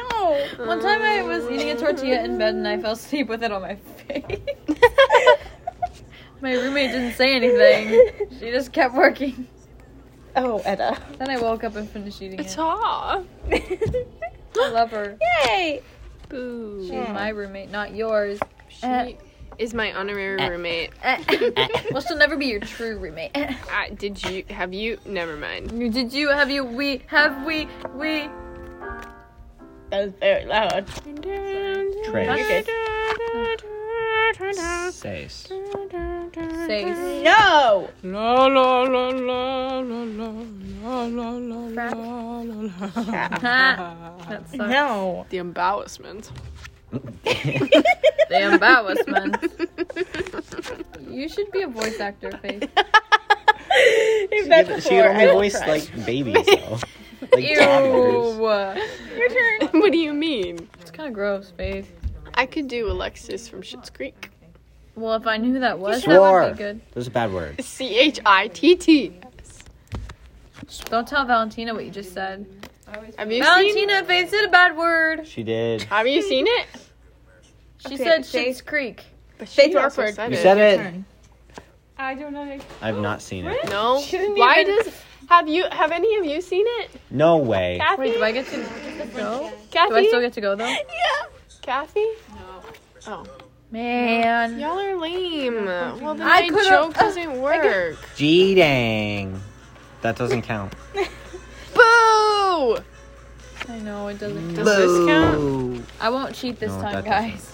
[SPEAKER 4] no.
[SPEAKER 2] One time I was eating a tortilla in bed and I fell asleep with it on my face. my roommate didn't say anything. She just kept working.
[SPEAKER 4] Oh, Edda.
[SPEAKER 2] Then I woke up and finished eating it.
[SPEAKER 1] Top.
[SPEAKER 2] I love her.
[SPEAKER 4] Yay!
[SPEAKER 1] Boo.
[SPEAKER 2] She's
[SPEAKER 4] Yeah.
[SPEAKER 2] my roommate, not yours.
[SPEAKER 1] She
[SPEAKER 4] Uh,
[SPEAKER 1] is my honorary roommate.
[SPEAKER 2] well, she'll never be your true roommate.
[SPEAKER 1] I, did you have you? Never mind.
[SPEAKER 2] Did you have you we have we we
[SPEAKER 4] That was very loud.
[SPEAKER 3] Trace.
[SPEAKER 1] Trace.
[SPEAKER 3] Says.
[SPEAKER 2] say
[SPEAKER 4] No!
[SPEAKER 1] La la la la la la la la la la la.
[SPEAKER 2] ha? That sucks.
[SPEAKER 4] No.
[SPEAKER 1] The embarrassment.
[SPEAKER 2] The embarrassment. you should be a voice actor, Faith.
[SPEAKER 4] if that's a
[SPEAKER 3] she
[SPEAKER 4] four,
[SPEAKER 3] only
[SPEAKER 4] I will
[SPEAKER 3] voiced
[SPEAKER 4] cry.
[SPEAKER 3] like babies though. Like toddlers.
[SPEAKER 2] Ew.
[SPEAKER 4] Your turn.
[SPEAKER 1] What do you mean?
[SPEAKER 2] It's kind of gross, Faith.
[SPEAKER 1] I could do Alexis from Schitt's Creek.
[SPEAKER 2] Well, if I knew who that was, that
[SPEAKER 3] Swore.
[SPEAKER 2] would be good.
[SPEAKER 3] Those are bad words.
[SPEAKER 1] C H I T T.
[SPEAKER 2] Don't tell Valentina what you just said.
[SPEAKER 1] Have you seen?
[SPEAKER 2] Valentina, Faith said a bad word.
[SPEAKER 3] She did.
[SPEAKER 1] Have you seen it?
[SPEAKER 2] She
[SPEAKER 4] Okay,
[SPEAKER 2] said
[SPEAKER 4] Faith-
[SPEAKER 2] Shit's Creek.
[SPEAKER 1] But
[SPEAKER 4] Faith Orford.
[SPEAKER 3] You said
[SPEAKER 4] Your
[SPEAKER 3] it.
[SPEAKER 4] turn.
[SPEAKER 5] I don't know.
[SPEAKER 3] I've not seen it.
[SPEAKER 1] No.
[SPEAKER 4] Shouldn't
[SPEAKER 1] Why
[SPEAKER 4] even-
[SPEAKER 1] does? Have you? Have any of you seen it?
[SPEAKER 3] No way.
[SPEAKER 1] Kathy.
[SPEAKER 2] Wait, do I get to go?
[SPEAKER 1] Kathy.
[SPEAKER 2] Do I still get to go though?
[SPEAKER 1] Kathy?
[SPEAKER 2] Man.
[SPEAKER 1] Y'all are lame. Well, then
[SPEAKER 2] I
[SPEAKER 1] my
[SPEAKER 2] could've-
[SPEAKER 1] joke doesn't work.
[SPEAKER 3] Cheating. That doesn't count.
[SPEAKER 1] Boo!
[SPEAKER 2] I know it doesn't.
[SPEAKER 1] Does this count?
[SPEAKER 2] I won't cheat this
[SPEAKER 3] No,
[SPEAKER 2] time,
[SPEAKER 3] that
[SPEAKER 2] guys.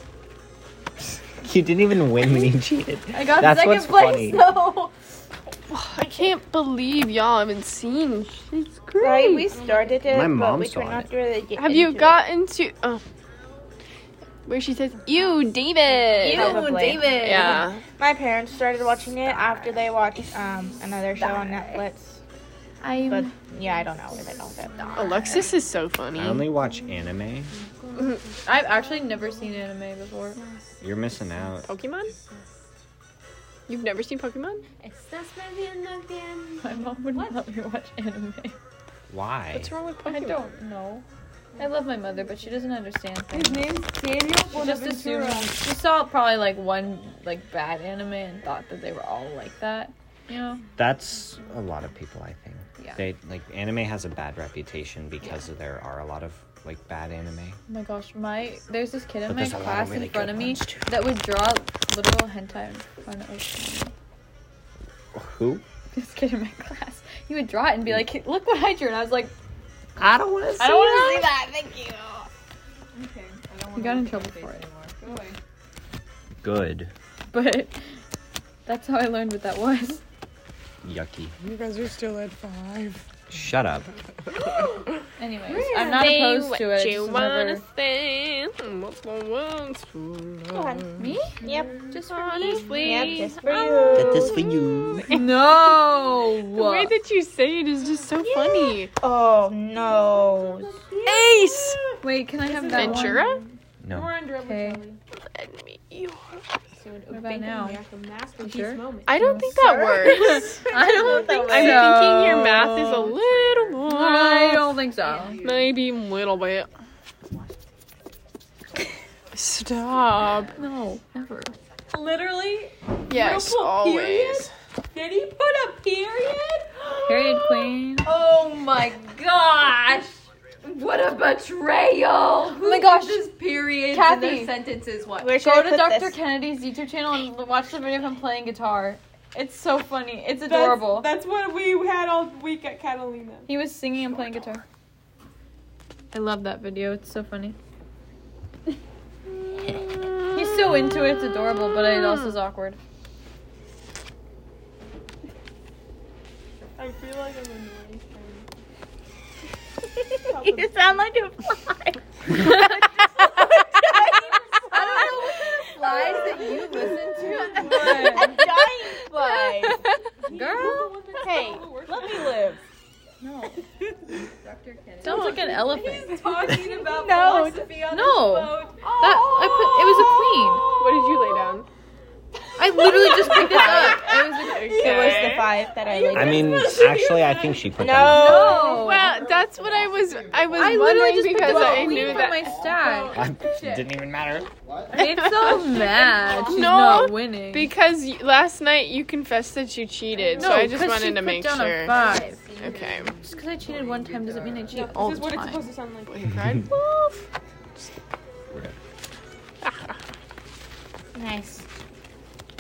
[SPEAKER 3] You didn't even win when you cheated.
[SPEAKER 2] I got
[SPEAKER 3] That's
[SPEAKER 2] second
[SPEAKER 3] what's
[SPEAKER 2] place
[SPEAKER 3] funny.
[SPEAKER 2] though.
[SPEAKER 1] I can't believe y'all haven't seen. She's great.
[SPEAKER 4] Right, we started it,
[SPEAKER 3] My
[SPEAKER 4] but
[SPEAKER 3] mom
[SPEAKER 4] we
[SPEAKER 3] saw
[SPEAKER 4] could not
[SPEAKER 3] it.
[SPEAKER 4] really get
[SPEAKER 1] Have you
[SPEAKER 4] into
[SPEAKER 1] gotten to? Oh. Where she says, "You, David."
[SPEAKER 2] You,
[SPEAKER 4] Probably.
[SPEAKER 2] David.
[SPEAKER 1] Yeah.
[SPEAKER 4] it. My parents started watching it after they watched um another show on Netflix.
[SPEAKER 2] I'm.
[SPEAKER 4] But yeah, I don't know where they got that.
[SPEAKER 1] Alexis is so funny.
[SPEAKER 3] I only watch anime.
[SPEAKER 2] I've actually never seen anime before.
[SPEAKER 3] You're missing out.
[SPEAKER 1] Pokemon. You've never seen Pokemon?
[SPEAKER 2] My mom wouldn't let me watch anime.
[SPEAKER 3] Why?
[SPEAKER 1] What's wrong with Pokemon?
[SPEAKER 2] I don't know. I love my mother, but she doesn't understand things.
[SPEAKER 5] His name's Daniel
[SPEAKER 2] She just assumed
[SPEAKER 5] Bonaventura.
[SPEAKER 2] she saw probably like one like bad anime and thought that they were all like that. You know?
[SPEAKER 3] That's a lot of people, I think.
[SPEAKER 2] Yeah.
[SPEAKER 3] They like anime has a bad reputation because there are a lot of like bad anime.
[SPEAKER 2] Oh my gosh, my there's this kid in
[SPEAKER 3] But
[SPEAKER 2] my
[SPEAKER 3] there's a lot of
[SPEAKER 2] class
[SPEAKER 3] really
[SPEAKER 2] in front
[SPEAKER 3] good
[SPEAKER 2] of me
[SPEAKER 3] ones, too.
[SPEAKER 2] that would draw literal hentai in front of us.
[SPEAKER 3] Who?
[SPEAKER 2] This kid in my class, he would draw it and be like, "Look what I drew," and I was like,
[SPEAKER 3] I don't want to
[SPEAKER 2] "I don't want to see that."
[SPEAKER 5] Okay. I don't
[SPEAKER 2] He
[SPEAKER 5] want
[SPEAKER 2] got in trouble for it,
[SPEAKER 5] anymore. Go away.
[SPEAKER 3] Good.
[SPEAKER 2] but That's how I learned what that was.
[SPEAKER 3] Yucky.
[SPEAKER 1] You guys are still at five.
[SPEAKER 3] Shut up.
[SPEAKER 2] Anyways, I'm not opposed to it. just never-
[SPEAKER 1] say? What the world's full
[SPEAKER 4] Go
[SPEAKER 1] of.
[SPEAKER 4] on.
[SPEAKER 2] Me?
[SPEAKER 4] Yep.
[SPEAKER 2] Just for
[SPEAKER 1] Honestly,
[SPEAKER 4] Yep, just for
[SPEAKER 3] That
[SPEAKER 4] you.
[SPEAKER 3] is for you.
[SPEAKER 2] No.
[SPEAKER 1] the way that you say it is just so funny.
[SPEAKER 4] Oh no.
[SPEAKER 1] Ace.
[SPEAKER 2] Wait, can I have that
[SPEAKER 1] Ventura.
[SPEAKER 2] one?
[SPEAKER 3] No.
[SPEAKER 5] under it,
[SPEAKER 2] Okay.
[SPEAKER 5] Charlie.
[SPEAKER 2] What about now?
[SPEAKER 5] Back from master
[SPEAKER 2] You
[SPEAKER 5] piece
[SPEAKER 2] sure?
[SPEAKER 5] moment.
[SPEAKER 1] I don't think that works.
[SPEAKER 2] I don't think
[SPEAKER 1] I'm thinking your math is a little more.
[SPEAKER 2] I don't think so.
[SPEAKER 1] Maybe a little bit. Stop.
[SPEAKER 2] No, never.
[SPEAKER 5] Literally,
[SPEAKER 1] Yes,
[SPEAKER 5] Triple
[SPEAKER 1] always.
[SPEAKER 5] did he put a period?
[SPEAKER 2] Period queen.
[SPEAKER 5] Oh my gosh. What a betrayal! Who oh my gosh, this period in
[SPEAKER 2] Kathy.
[SPEAKER 5] their sentences? What?
[SPEAKER 4] Where should
[SPEAKER 2] Go
[SPEAKER 4] I
[SPEAKER 2] to
[SPEAKER 4] put
[SPEAKER 2] Dr.
[SPEAKER 4] this?
[SPEAKER 2] Kennedy's YouTube channel and l- watch the video of him playing guitar. It's so funny. It's
[SPEAKER 5] That's-
[SPEAKER 2] adorable.
[SPEAKER 5] That's, what we had all week at Catalina.
[SPEAKER 2] He was singing and playing guitar. I love that video. It's so funny. He's so into it. It's adorable, but it also is awkward.
[SPEAKER 5] I feel like I'm annoying.
[SPEAKER 4] you sound like a fly.
[SPEAKER 2] Lies that you listen
[SPEAKER 4] A dying fly.
[SPEAKER 2] to, girl.
[SPEAKER 4] Hey, let me live.
[SPEAKER 2] No. Sounds like an elephant.
[SPEAKER 5] Talking about
[SPEAKER 4] No.
[SPEAKER 5] philosophy on
[SPEAKER 2] No.
[SPEAKER 5] this boat.
[SPEAKER 2] That I put. It was a queen.
[SPEAKER 1] What did you lay down?
[SPEAKER 2] I literally just picked it up. It was a
[SPEAKER 4] It was the five that I
[SPEAKER 3] I
[SPEAKER 4] like.
[SPEAKER 3] mean, actually, I think she put that.
[SPEAKER 4] No.
[SPEAKER 1] Well, that's what I was. Oh. I was
[SPEAKER 2] I literally
[SPEAKER 1] wondering
[SPEAKER 2] just picked
[SPEAKER 1] because
[SPEAKER 2] up
[SPEAKER 1] I
[SPEAKER 2] a
[SPEAKER 1] knew
[SPEAKER 2] queen from
[SPEAKER 1] that.
[SPEAKER 2] my stack.
[SPEAKER 3] I
[SPEAKER 1] Oh,
[SPEAKER 3] didn't even matter.
[SPEAKER 2] It's so mad. She's
[SPEAKER 1] No,
[SPEAKER 2] not winning.
[SPEAKER 1] because y- last night you confessed that you cheated, so I just
[SPEAKER 2] 'cause she
[SPEAKER 1] wanted to
[SPEAKER 2] put
[SPEAKER 1] make
[SPEAKER 2] down A
[SPEAKER 1] sure.
[SPEAKER 2] five.
[SPEAKER 1] Okay.
[SPEAKER 2] Just because I cheated one time doesn't mean I cheat
[SPEAKER 5] This
[SPEAKER 2] all
[SPEAKER 5] is
[SPEAKER 2] the
[SPEAKER 5] what it's
[SPEAKER 2] time.
[SPEAKER 5] supposed to sound like.
[SPEAKER 1] He cried
[SPEAKER 4] Nice.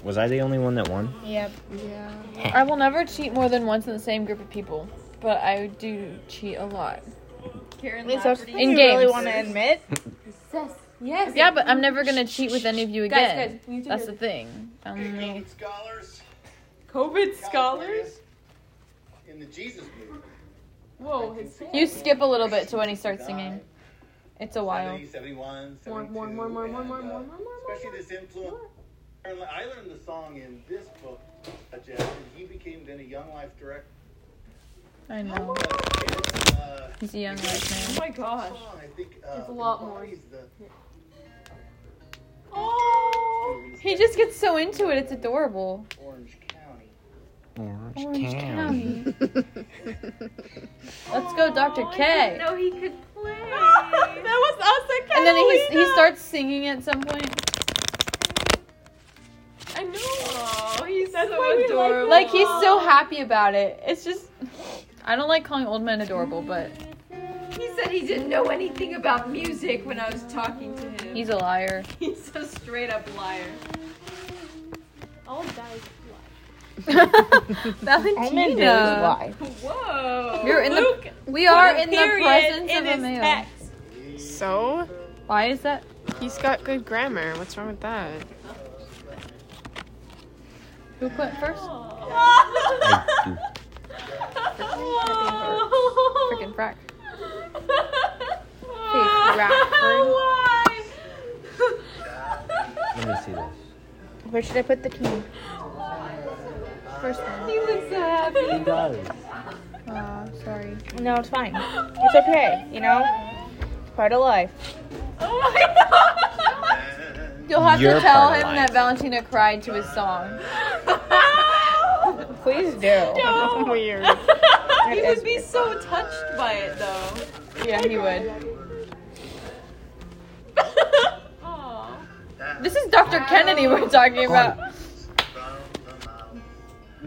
[SPEAKER 3] Was I the only one that won?
[SPEAKER 4] Yep.
[SPEAKER 1] Yeah.
[SPEAKER 2] I will never cheat more than once in the same group of people, but I do cheat a lot.
[SPEAKER 5] Karen
[SPEAKER 4] It's
[SPEAKER 5] Lafferty.
[SPEAKER 4] something
[SPEAKER 2] In
[SPEAKER 4] you really
[SPEAKER 2] games.
[SPEAKER 4] want to admit.
[SPEAKER 5] Yes. Yes.
[SPEAKER 2] Yeah, but I'm never gonna cheat with any of you
[SPEAKER 5] Guys,
[SPEAKER 2] again.
[SPEAKER 5] guys, we need to
[SPEAKER 2] That's
[SPEAKER 5] hear
[SPEAKER 2] the thing. Um,
[SPEAKER 6] scholars,
[SPEAKER 5] COVID scholars.
[SPEAKER 6] California's in the Jesus movement.
[SPEAKER 5] Whoa, his
[SPEAKER 2] you skip a little bit to when he starts singing. It's a while.
[SPEAKER 6] 70, 71,
[SPEAKER 5] More,
[SPEAKER 6] 72,
[SPEAKER 5] more, more, more, more,
[SPEAKER 6] and,
[SPEAKER 5] more,
[SPEAKER 6] uh,
[SPEAKER 5] more, more, more.
[SPEAKER 6] Especially this influence. I learned the song in this book, uh, Jeff, and he became then a Young Life director.
[SPEAKER 2] I know.
[SPEAKER 6] Uh,
[SPEAKER 2] He's a young life
[SPEAKER 5] Oh
[SPEAKER 2] man.
[SPEAKER 5] my gosh.
[SPEAKER 6] song, I think, uh,
[SPEAKER 5] It's a lot more.
[SPEAKER 6] embodies The,
[SPEAKER 5] Oh.
[SPEAKER 2] He just gets so into it. It's adorable.
[SPEAKER 6] Orange County.
[SPEAKER 2] Orange County. Let's go, Dr. K.
[SPEAKER 5] No, he could play.
[SPEAKER 4] was also
[SPEAKER 2] And then he he starts singing at some point.
[SPEAKER 5] I know. Oh, he's so
[SPEAKER 2] why we like
[SPEAKER 5] adorable.
[SPEAKER 2] Like he's so happy about it. It's just I don't like calling old men adorable, but
[SPEAKER 5] He said he didn't know anything about music when I was talking to him.
[SPEAKER 2] he's a liar.
[SPEAKER 5] He's a straight up liar. All guys
[SPEAKER 4] Almond is
[SPEAKER 2] Valentina.
[SPEAKER 4] why.
[SPEAKER 5] lie. Whoa.
[SPEAKER 2] You're in the-
[SPEAKER 5] Luke
[SPEAKER 2] We are in the
[SPEAKER 5] period
[SPEAKER 2] presence
[SPEAKER 5] in
[SPEAKER 2] of a
[SPEAKER 5] his
[SPEAKER 2] male.
[SPEAKER 5] text.
[SPEAKER 1] So
[SPEAKER 2] Why is that?
[SPEAKER 1] he's got good grammar. What's wrong with that?
[SPEAKER 2] Who put first? Freaking frack.
[SPEAKER 5] Why?
[SPEAKER 3] Let me see this.
[SPEAKER 4] Where should I put the king?
[SPEAKER 2] First one.
[SPEAKER 5] He looks so happy.
[SPEAKER 3] He does.
[SPEAKER 2] Uh, sorry.
[SPEAKER 4] No, it's fine. It's okay. You know, it's part of life.
[SPEAKER 5] Oh my
[SPEAKER 2] You'll have
[SPEAKER 3] You're
[SPEAKER 2] to tell
[SPEAKER 3] part of
[SPEAKER 2] him
[SPEAKER 3] life.
[SPEAKER 2] that Valentina cried to his song.
[SPEAKER 5] god.
[SPEAKER 4] Please do.
[SPEAKER 1] Weird.
[SPEAKER 5] he would be so touched by it though.
[SPEAKER 2] Yeah, he would.
[SPEAKER 5] Aw.
[SPEAKER 2] This is Dr. Kennedy we're talking about.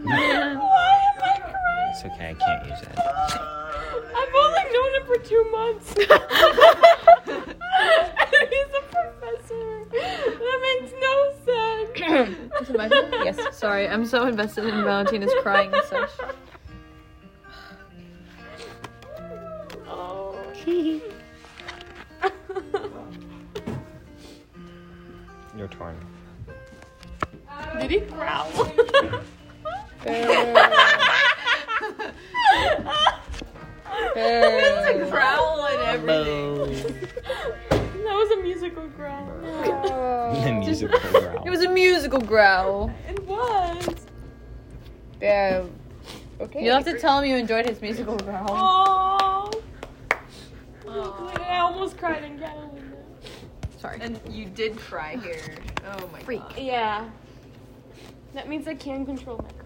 [SPEAKER 5] Why am I crying?
[SPEAKER 3] It's okay. I can't use it.
[SPEAKER 5] I've only known him for two months. He's a professor. That makes no sense.
[SPEAKER 2] yes. Sorry, I'm so invested in Valentina's crying and such.
[SPEAKER 4] Oh.
[SPEAKER 3] You're torn.
[SPEAKER 5] Did he growl? It's a growl and everything.
[SPEAKER 4] That was a musical growl.
[SPEAKER 3] the musical growl.
[SPEAKER 2] It was a musical growl.
[SPEAKER 4] It was.
[SPEAKER 1] Yeah. Okay.
[SPEAKER 2] You'll have to tell him you enjoyed his musical growl.
[SPEAKER 4] Oh. I almost cried in Catalina.
[SPEAKER 5] And you did cry here. Oh my
[SPEAKER 1] Freak.
[SPEAKER 5] god.
[SPEAKER 4] Yeah.
[SPEAKER 1] That means I can control my cry.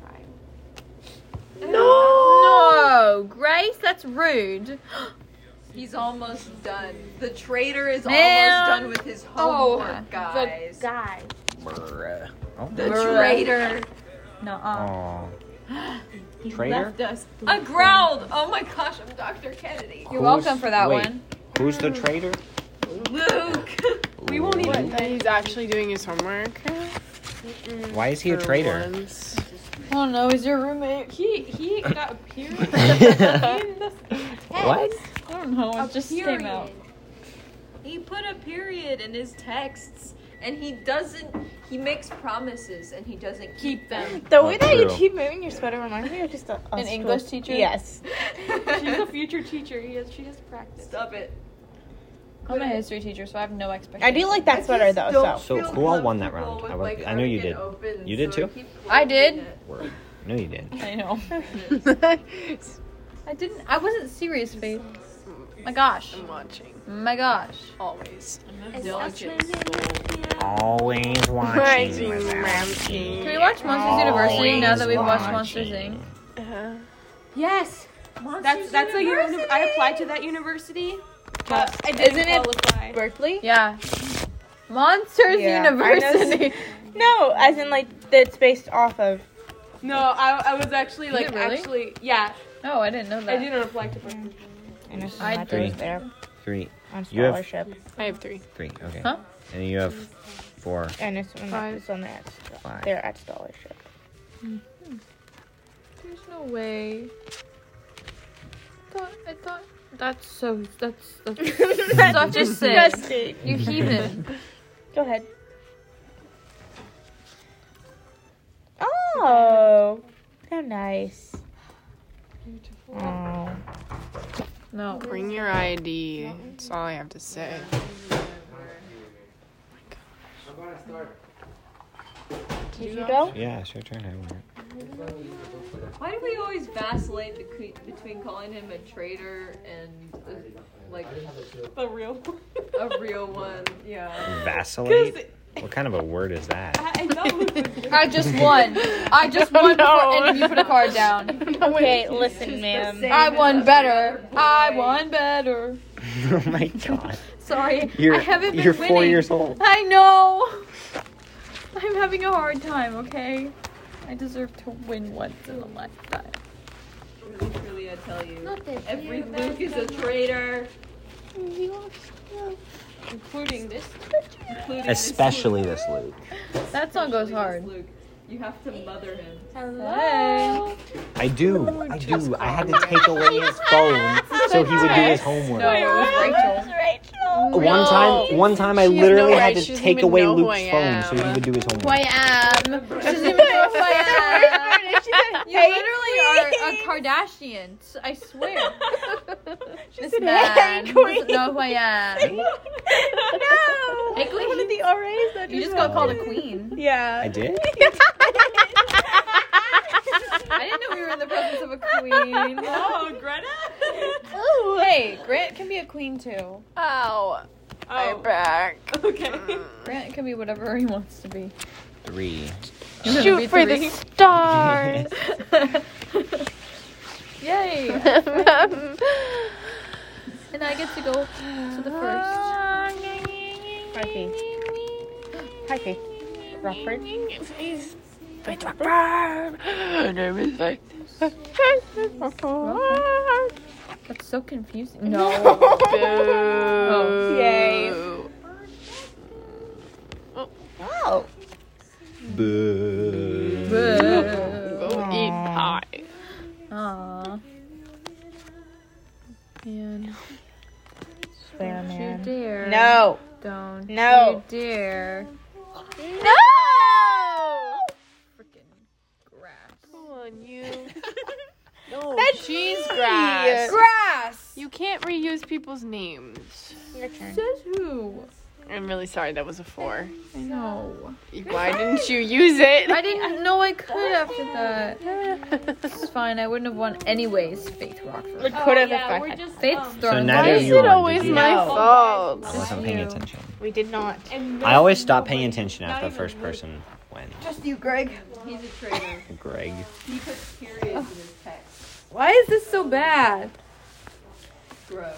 [SPEAKER 2] No, Grace, that's rude.
[SPEAKER 5] He's almost done. The traitor is
[SPEAKER 2] Man.
[SPEAKER 5] almost done with his
[SPEAKER 1] Oh,
[SPEAKER 5] homework, guys.
[SPEAKER 1] The guy.
[SPEAKER 3] Bruh.
[SPEAKER 5] The
[SPEAKER 2] Bruh. uh,
[SPEAKER 5] traitor.
[SPEAKER 2] Nuh-uh.
[SPEAKER 3] Aw. Traitor?
[SPEAKER 5] I growled. Oh my gosh, I'm Dr. Kennedy.
[SPEAKER 2] You're
[SPEAKER 3] Who's-
[SPEAKER 2] welcome for that
[SPEAKER 3] wait,
[SPEAKER 2] one.
[SPEAKER 3] Who's the traitor?
[SPEAKER 5] Luke.
[SPEAKER 3] We won't
[SPEAKER 1] What? That he's actually doing his homework.
[SPEAKER 3] Why is he a
[SPEAKER 1] For
[SPEAKER 3] traitor?
[SPEAKER 1] once.
[SPEAKER 2] Oh no, he's your roommate.
[SPEAKER 4] He he got a period in this.
[SPEAKER 3] What?
[SPEAKER 2] I don't know, it just came out.
[SPEAKER 5] He put a period in his texts and he doesn't he makes promises and he doesn't keep them.
[SPEAKER 4] The
[SPEAKER 3] way that you True. keep
[SPEAKER 4] moving your sweater reminds me of just a,
[SPEAKER 2] An English teacher?
[SPEAKER 4] Yes.
[SPEAKER 1] She's a future teacher. He has, she has practice.
[SPEAKER 5] Stop it.
[SPEAKER 2] I'm a history teacher, so I have no
[SPEAKER 4] I
[SPEAKER 2] expectations.
[SPEAKER 4] do like that sweater though. So
[SPEAKER 3] So who all won that round? I would- I knew you did. You did too?
[SPEAKER 2] I did.
[SPEAKER 3] Word. No, you didn't.
[SPEAKER 2] I know.
[SPEAKER 1] I'm
[SPEAKER 2] I didn't. I wasn't serious, babe. My gosh.
[SPEAKER 1] watching.
[SPEAKER 2] My gosh.
[SPEAKER 1] Always.
[SPEAKER 3] Always watching.
[SPEAKER 2] Can we watch Monsters University now that we've watched Monsters Inc?
[SPEAKER 1] Uh,
[SPEAKER 7] Yes. That's that's a uni- I applied to that university. But I didn't
[SPEAKER 4] Isn't it-
[SPEAKER 7] qualify.
[SPEAKER 4] Berkeley?
[SPEAKER 2] Yeah. Monsters
[SPEAKER 4] Yeah, I know-
[SPEAKER 2] University.
[SPEAKER 4] No, as in like it's based off of.
[SPEAKER 7] No, I, I was actually like
[SPEAKER 2] it really?
[SPEAKER 7] actually yeah.
[SPEAKER 2] Oh, I didn't know
[SPEAKER 7] I
[SPEAKER 2] that.
[SPEAKER 7] didn't apply to Berkeley.
[SPEAKER 2] I
[SPEAKER 4] I
[SPEAKER 3] Three.
[SPEAKER 4] there
[SPEAKER 3] Three.
[SPEAKER 4] on
[SPEAKER 3] You have-
[SPEAKER 4] scholarship.
[SPEAKER 1] I have three.
[SPEAKER 3] Three. Okay.
[SPEAKER 2] Huh?
[SPEAKER 3] And you have four.
[SPEAKER 4] And it's on
[SPEAKER 1] Five.
[SPEAKER 4] it's on that.
[SPEAKER 3] Five.
[SPEAKER 4] They're at scholarship.
[SPEAKER 2] There's no way. I thought. I thought. That's so. That's that's such a sin.
[SPEAKER 4] Disgusting.
[SPEAKER 2] You heathen.
[SPEAKER 4] Go ahead. Oh, how nice. Oh.
[SPEAKER 2] No.
[SPEAKER 1] Bring your ID. That's all I have to say.
[SPEAKER 4] Did you go?
[SPEAKER 3] Yeah, it's your turn. I want it.
[SPEAKER 5] Why do we always vacillate beque- between calling him a traitor and a, like
[SPEAKER 7] The real
[SPEAKER 5] a real one? Yeah.
[SPEAKER 3] Vacillate? What kind of a word is that?
[SPEAKER 7] I, I thought Luke was good.
[SPEAKER 2] I just won. I just
[SPEAKER 1] Oh,
[SPEAKER 2] won before any of you put a card down.
[SPEAKER 4] Okay, listen, ma'am.
[SPEAKER 2] I won better. I won better.
[SPEAKER 3] oh my god.
[SPEAKER 2] Sorry,
[SPEAKER 3] You're,
[SPEAKER 2] I haven't been
[SPEAKER 3] you're
[SPEAKER 2] winning.
[SPEAKER 3] four years old.
[SPEAKER 2] I know. I'm having a hard time. Okay, I deserve to win once in a lifetime.
[SPEAKER 5] Literally, I tell you, every Luke is a traitor,
[SPEAKER 7] including this.
[SPEAKER 5] including this
[SPEAKER 3] Especially this Luke.
[SPEAKER 2] That song goes hard.
[SPEAKER 5] Luke. You have to mother him.
[SPEAKER 2] Hey.
[SPEAKER 3] I do. I do. I had to take away his phone so he would do his homework. Uh,
[SPEAKER 2] No, it was Rachel.
[SPEAKER 3] One time, one time, I
[SPEAKER 1] She's
[SPEAKER 3] literally
[SPEAKER 1] no
[SPEAKER 3] had
[SPEAKER 1] right.
[SPEAKER 3] to
[SPEAKER 1] She doesn't
[SPEAKER 3] take
[SPEAKER 1] even
[SPEAKER 3] away
[SPEAKER 1] know who
[SPEAKER 3] Luke's
[SPEAKER 1] I
[SPEAKER 3] phone so he
[SPEAKER 1] am.
[SPEAKER 3] would do his
[SPEAKER 2] Who I
[SPEAKER 3] homework.
[SPEAKER 2] am. She doesn't even know who I am. You literally are a Kardashian. I swear. this man doesn't know who I am.
[SPEAKER 4] no.
[SPEAKER 2] Hey, queen.
[SPEAKER 4] One of the RAs that
[SPEAKER 2] You
[SPEAKER 4] just
[SPEAKER 2] just got called a queen.
[SPEAKER 4] Yeah.
[SPEAKER 3] I did.
[SPEAKER 2] I didn't know we were in the presence of a queen.
[SPEAKER 7] Oh, Greta.
[SPEAKER 2] Ooh, hey, Grant can be a queen too.
[SPEAKER 1] Ow. My
[SPEAKER 7] Oh,
[SPEAKER 1] back.
[SPEAKER 7] okay.
[SPEAKER 2] Grant can be whatever he wants to be.
[SPEAKER 3] Three.
[SPEAKER 2] Shoot for the
[SPEAKER 1] stars.
[SPEAKER 2] Yay! And I get to go to the first.
[SPEAKER 4] Hi, Fee. Hi, Fee. Rockford.
[SPEAKER 2] That's so confusing. No.
[SPEAKER 1] Oh,
[SPEAKER 4] yay.
[SPEAKER 1] Oh.
[SPEAKER 3] Boo.
[SPEAKER 2] Boo.
[SPEAKER 1] Go eat pie.
[SPEAKER 2] Aw. Man,
[SPEAKER 4] Swear,
[SPEAKER 2] you
[SPEAKER 4] man.
[SPEAKER 2] dare.
[SPEAKER 4] No.
[SPEAKER 2] Don't.
[SPEAKER 4] No.
[SPEAKER 2] You dare.
[SPEAKER 4] No.
[SPEAKER 2] Freaking grass.
[SPEAKER 1] Come on, What?
[SPEAKER 4] She's grass.
[SPEAKER 2] Grass.
[SPEAKER 1] You can't reuse people's names.
[SPEAKER 4] Your turn.
[SPEAKER 2] says who?
[SPEAKER 1] I'm really sorry. That was a four.
[SPEAKER 2] I know.
[SPEAKER 1] Why didn't you use it?
[SPEAKER 2] I didn't know I could after that. It's fine. I wouldn't have won anyways. Faith Rockford.
[SPEAKER 4] It could have if I
[SPEAKER 7] yeah, we're
[SPEAKER 4] had.
[SPEAKER 7] just
[SPEAKER 2] Faith's
[SPEAKER 7] um,
[SPEAKER 2] throwing
[SPEAKER 3] neither
[SPEAKER 1] Why
[SPEAKER 3] Neither
[SPEAKER 2] it.
[SPEAKER 1] is
[SPEAKER 3] you
[SPEAKER 1] it
[SPEAKER 3] won, did
[SPEAKER 1] always
[SPEAKER 3] you?
[SPEAKER 1] my
[SPEAKER 4] No.
[SPEAKER 3] I
[SPEAKER 1] fault?
[SPEAKER 3] wasn't paying attention.
[SPEAKER 4] We did not.
[SPEAKER 7] and
[SPEAKER 3] I always stop paying
[SPEAKER 7] nobody-
[SPEAKER 3] attention
[SPEAKER 7] not
[SPEAKER 3] after the
[SPEAKER 7] even
[SPEAKER 3] first
[SPEAKER 7] you.
[SPEAKER 3] person went.
[SPEAKER 2] Just you, Greg.
[SPEAKER 5] He's a traitor.
[SPEAKER 3] Greg.
[SPEAKER 5] He put periods in his text.
[SPEAKER 2] Why is this so bad?
[SPEAKER 5] Gross.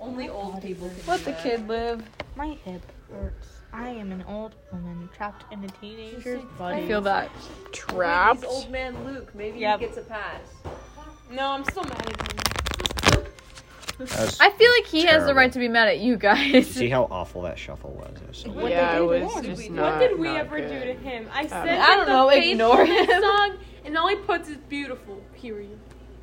[SPEAKER 5] Only old people can
[SPEAKER 2] Let
[SPEAKER 5] do
[SPEAKER 2] the
[SPEAKER 5] that.
[SPEAKER 2] kid live.
[SPEAKER 4] My hip hurts. I am an old woman trapped in a teenager's body.
[SPEAKER 1] I feel that
[SPEAKER 5] Maybe
[SPEAKER 1] trapped.
[SPEAKER 5] he's old man Luke. Maybe
[SPEAKER 4] Yep.
[SPEAKER 5] he gets a pass.
[SPEAKER 7] No, I'm still mad at him.
[SPEAKER 3] That was-
[SPEAKER 2] I feel like he has the
[SPEAKER 3] Terrible.
[SPEAKER 2] right to be mad at you
[SPEAKER 3] you
[SPEAKER 2] guys.
[SPEAKER 3] see how awful that shuffle was? It was so
[SPEAKER 7] What
[SPEAKER 1] yeah,
[SPEAKER 7] did
[SPEAKER 1] it
[SPEAKER 7] we do
[SPEAKER 1] was
[SPEAKER 7] to
[SPEAKER 1] just
[SPEAKER 7] him?
[SPEAKER 1] not.
[SPEAKER 7] What did we
[SPEAKER 1] not
[SPEAKER 7] ever
[SPEAKER 1] good. Um,
[SPEAKER 7] do to him? I said
[SPEAKER 2] I don't know, ignore him.
[SPEAKER 7] song, and all he puts is beautiful. Period.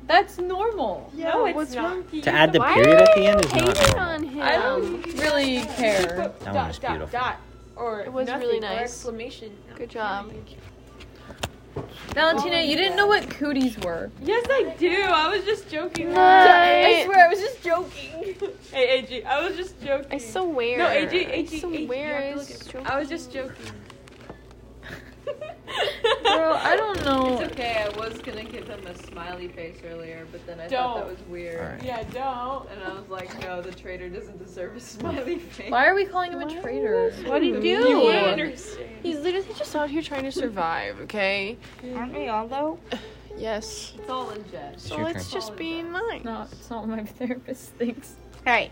[SPEAKER 2] That's normal.
[SPEAKER 7] no, it's
[SPEAKER 1] what's
[SPEAKER 7] not.
[SPEAKER 1] wrong?
[SPEAKER 7] He
[SPEAKER 3] To
[SPEAKER 7] used
[SPEAKER 3] add the
[SPEAKER 1] Why
[SPEAKER 3] period
[SPEAKER 1] are
[SPEAKER 3] at the
[SPEAKER 1] you
[SPEAKER 3] end is not
[SPEAKER 1] hating
[SPEAKER 3] normal.
[SPEAKER 1] on him?
[SPEAKER 7] I don't
[SPEAKER 2] Really care.
[SPEAKER 7] put
[SPEAKER 3] That one was
[SPEAKER 7] dot dot
[SPEAKER 3] beautiful.
[SPEAKER 7] dot or
[SPEAKER 1] It was
[SPEAKER 7] nothing,
[SPEAKER 1] really
[SPEAKER 7] or
[SPEAKER 1] nice.
[SPEAKER 7] exclamation.
[SPEAKER 1] Good job.
[SPEAKER 2] Valentina, you didn't know what cooties were.
[SPEAKER 7] Yes, I do. I was just joking.
[SPEAKER 2] I
[SPEAKER 1] Night.
[SPEAKER 2] swear, I was just joking.
[SPEAKER 7] Hey, AG, I was just joking.
[SPEAKER 1] I so wear.
[SPEAKER 7] No, AG, AG,
[SPEAKER 1] I so
[SPEAKER 7] AG, you
[SPEAKER 1] wear
[SPEAKER 7] have to
[SPEAKER 1] is
[SPEAKER 7] look at-
[SPEAKER 1] joking.
[SPEAKER 7] I was just joking.
[SPEAKER 2] Bro, I don't know.
[SPEAKER 5] It's okay. I was gonna give him a smiley face earlier, but then I thought that
[SPEAKER 7] Don't.
[SPEAKER 5] was weird.
[SPEAKER 3] All right.
[SPEAKER 7] Yeah, don't.
[SPEAKER 5] And I was like, no, the traitor doesn't deserve a smiley face.
[SPEAKER 2] Why are we calling him a traitor?
[SPEAKER 1] What do you
[SPEAKER 7] You
[SPEAKER 1] do?
[SPEAKER 7] wouldn't understand.
[SPEAKER 1] He's literally just out here trying to survive. Okay.
[SPEAKER 4] Aren't we all though?
[SPEAKER 1] Yes.
[SPEAKER 5] It's all in jest.
[SPEAKER 3] It's
[SPEAKER 1] So
[SPEAKER 3] your
[SPEAKER 1] let's
[SPEAKER 3] turn.
[SPEAKER 1] just be nice.
[SPEAKER 2] No, it's not what my therapist thinks.
[SPEAKER 4] Hey.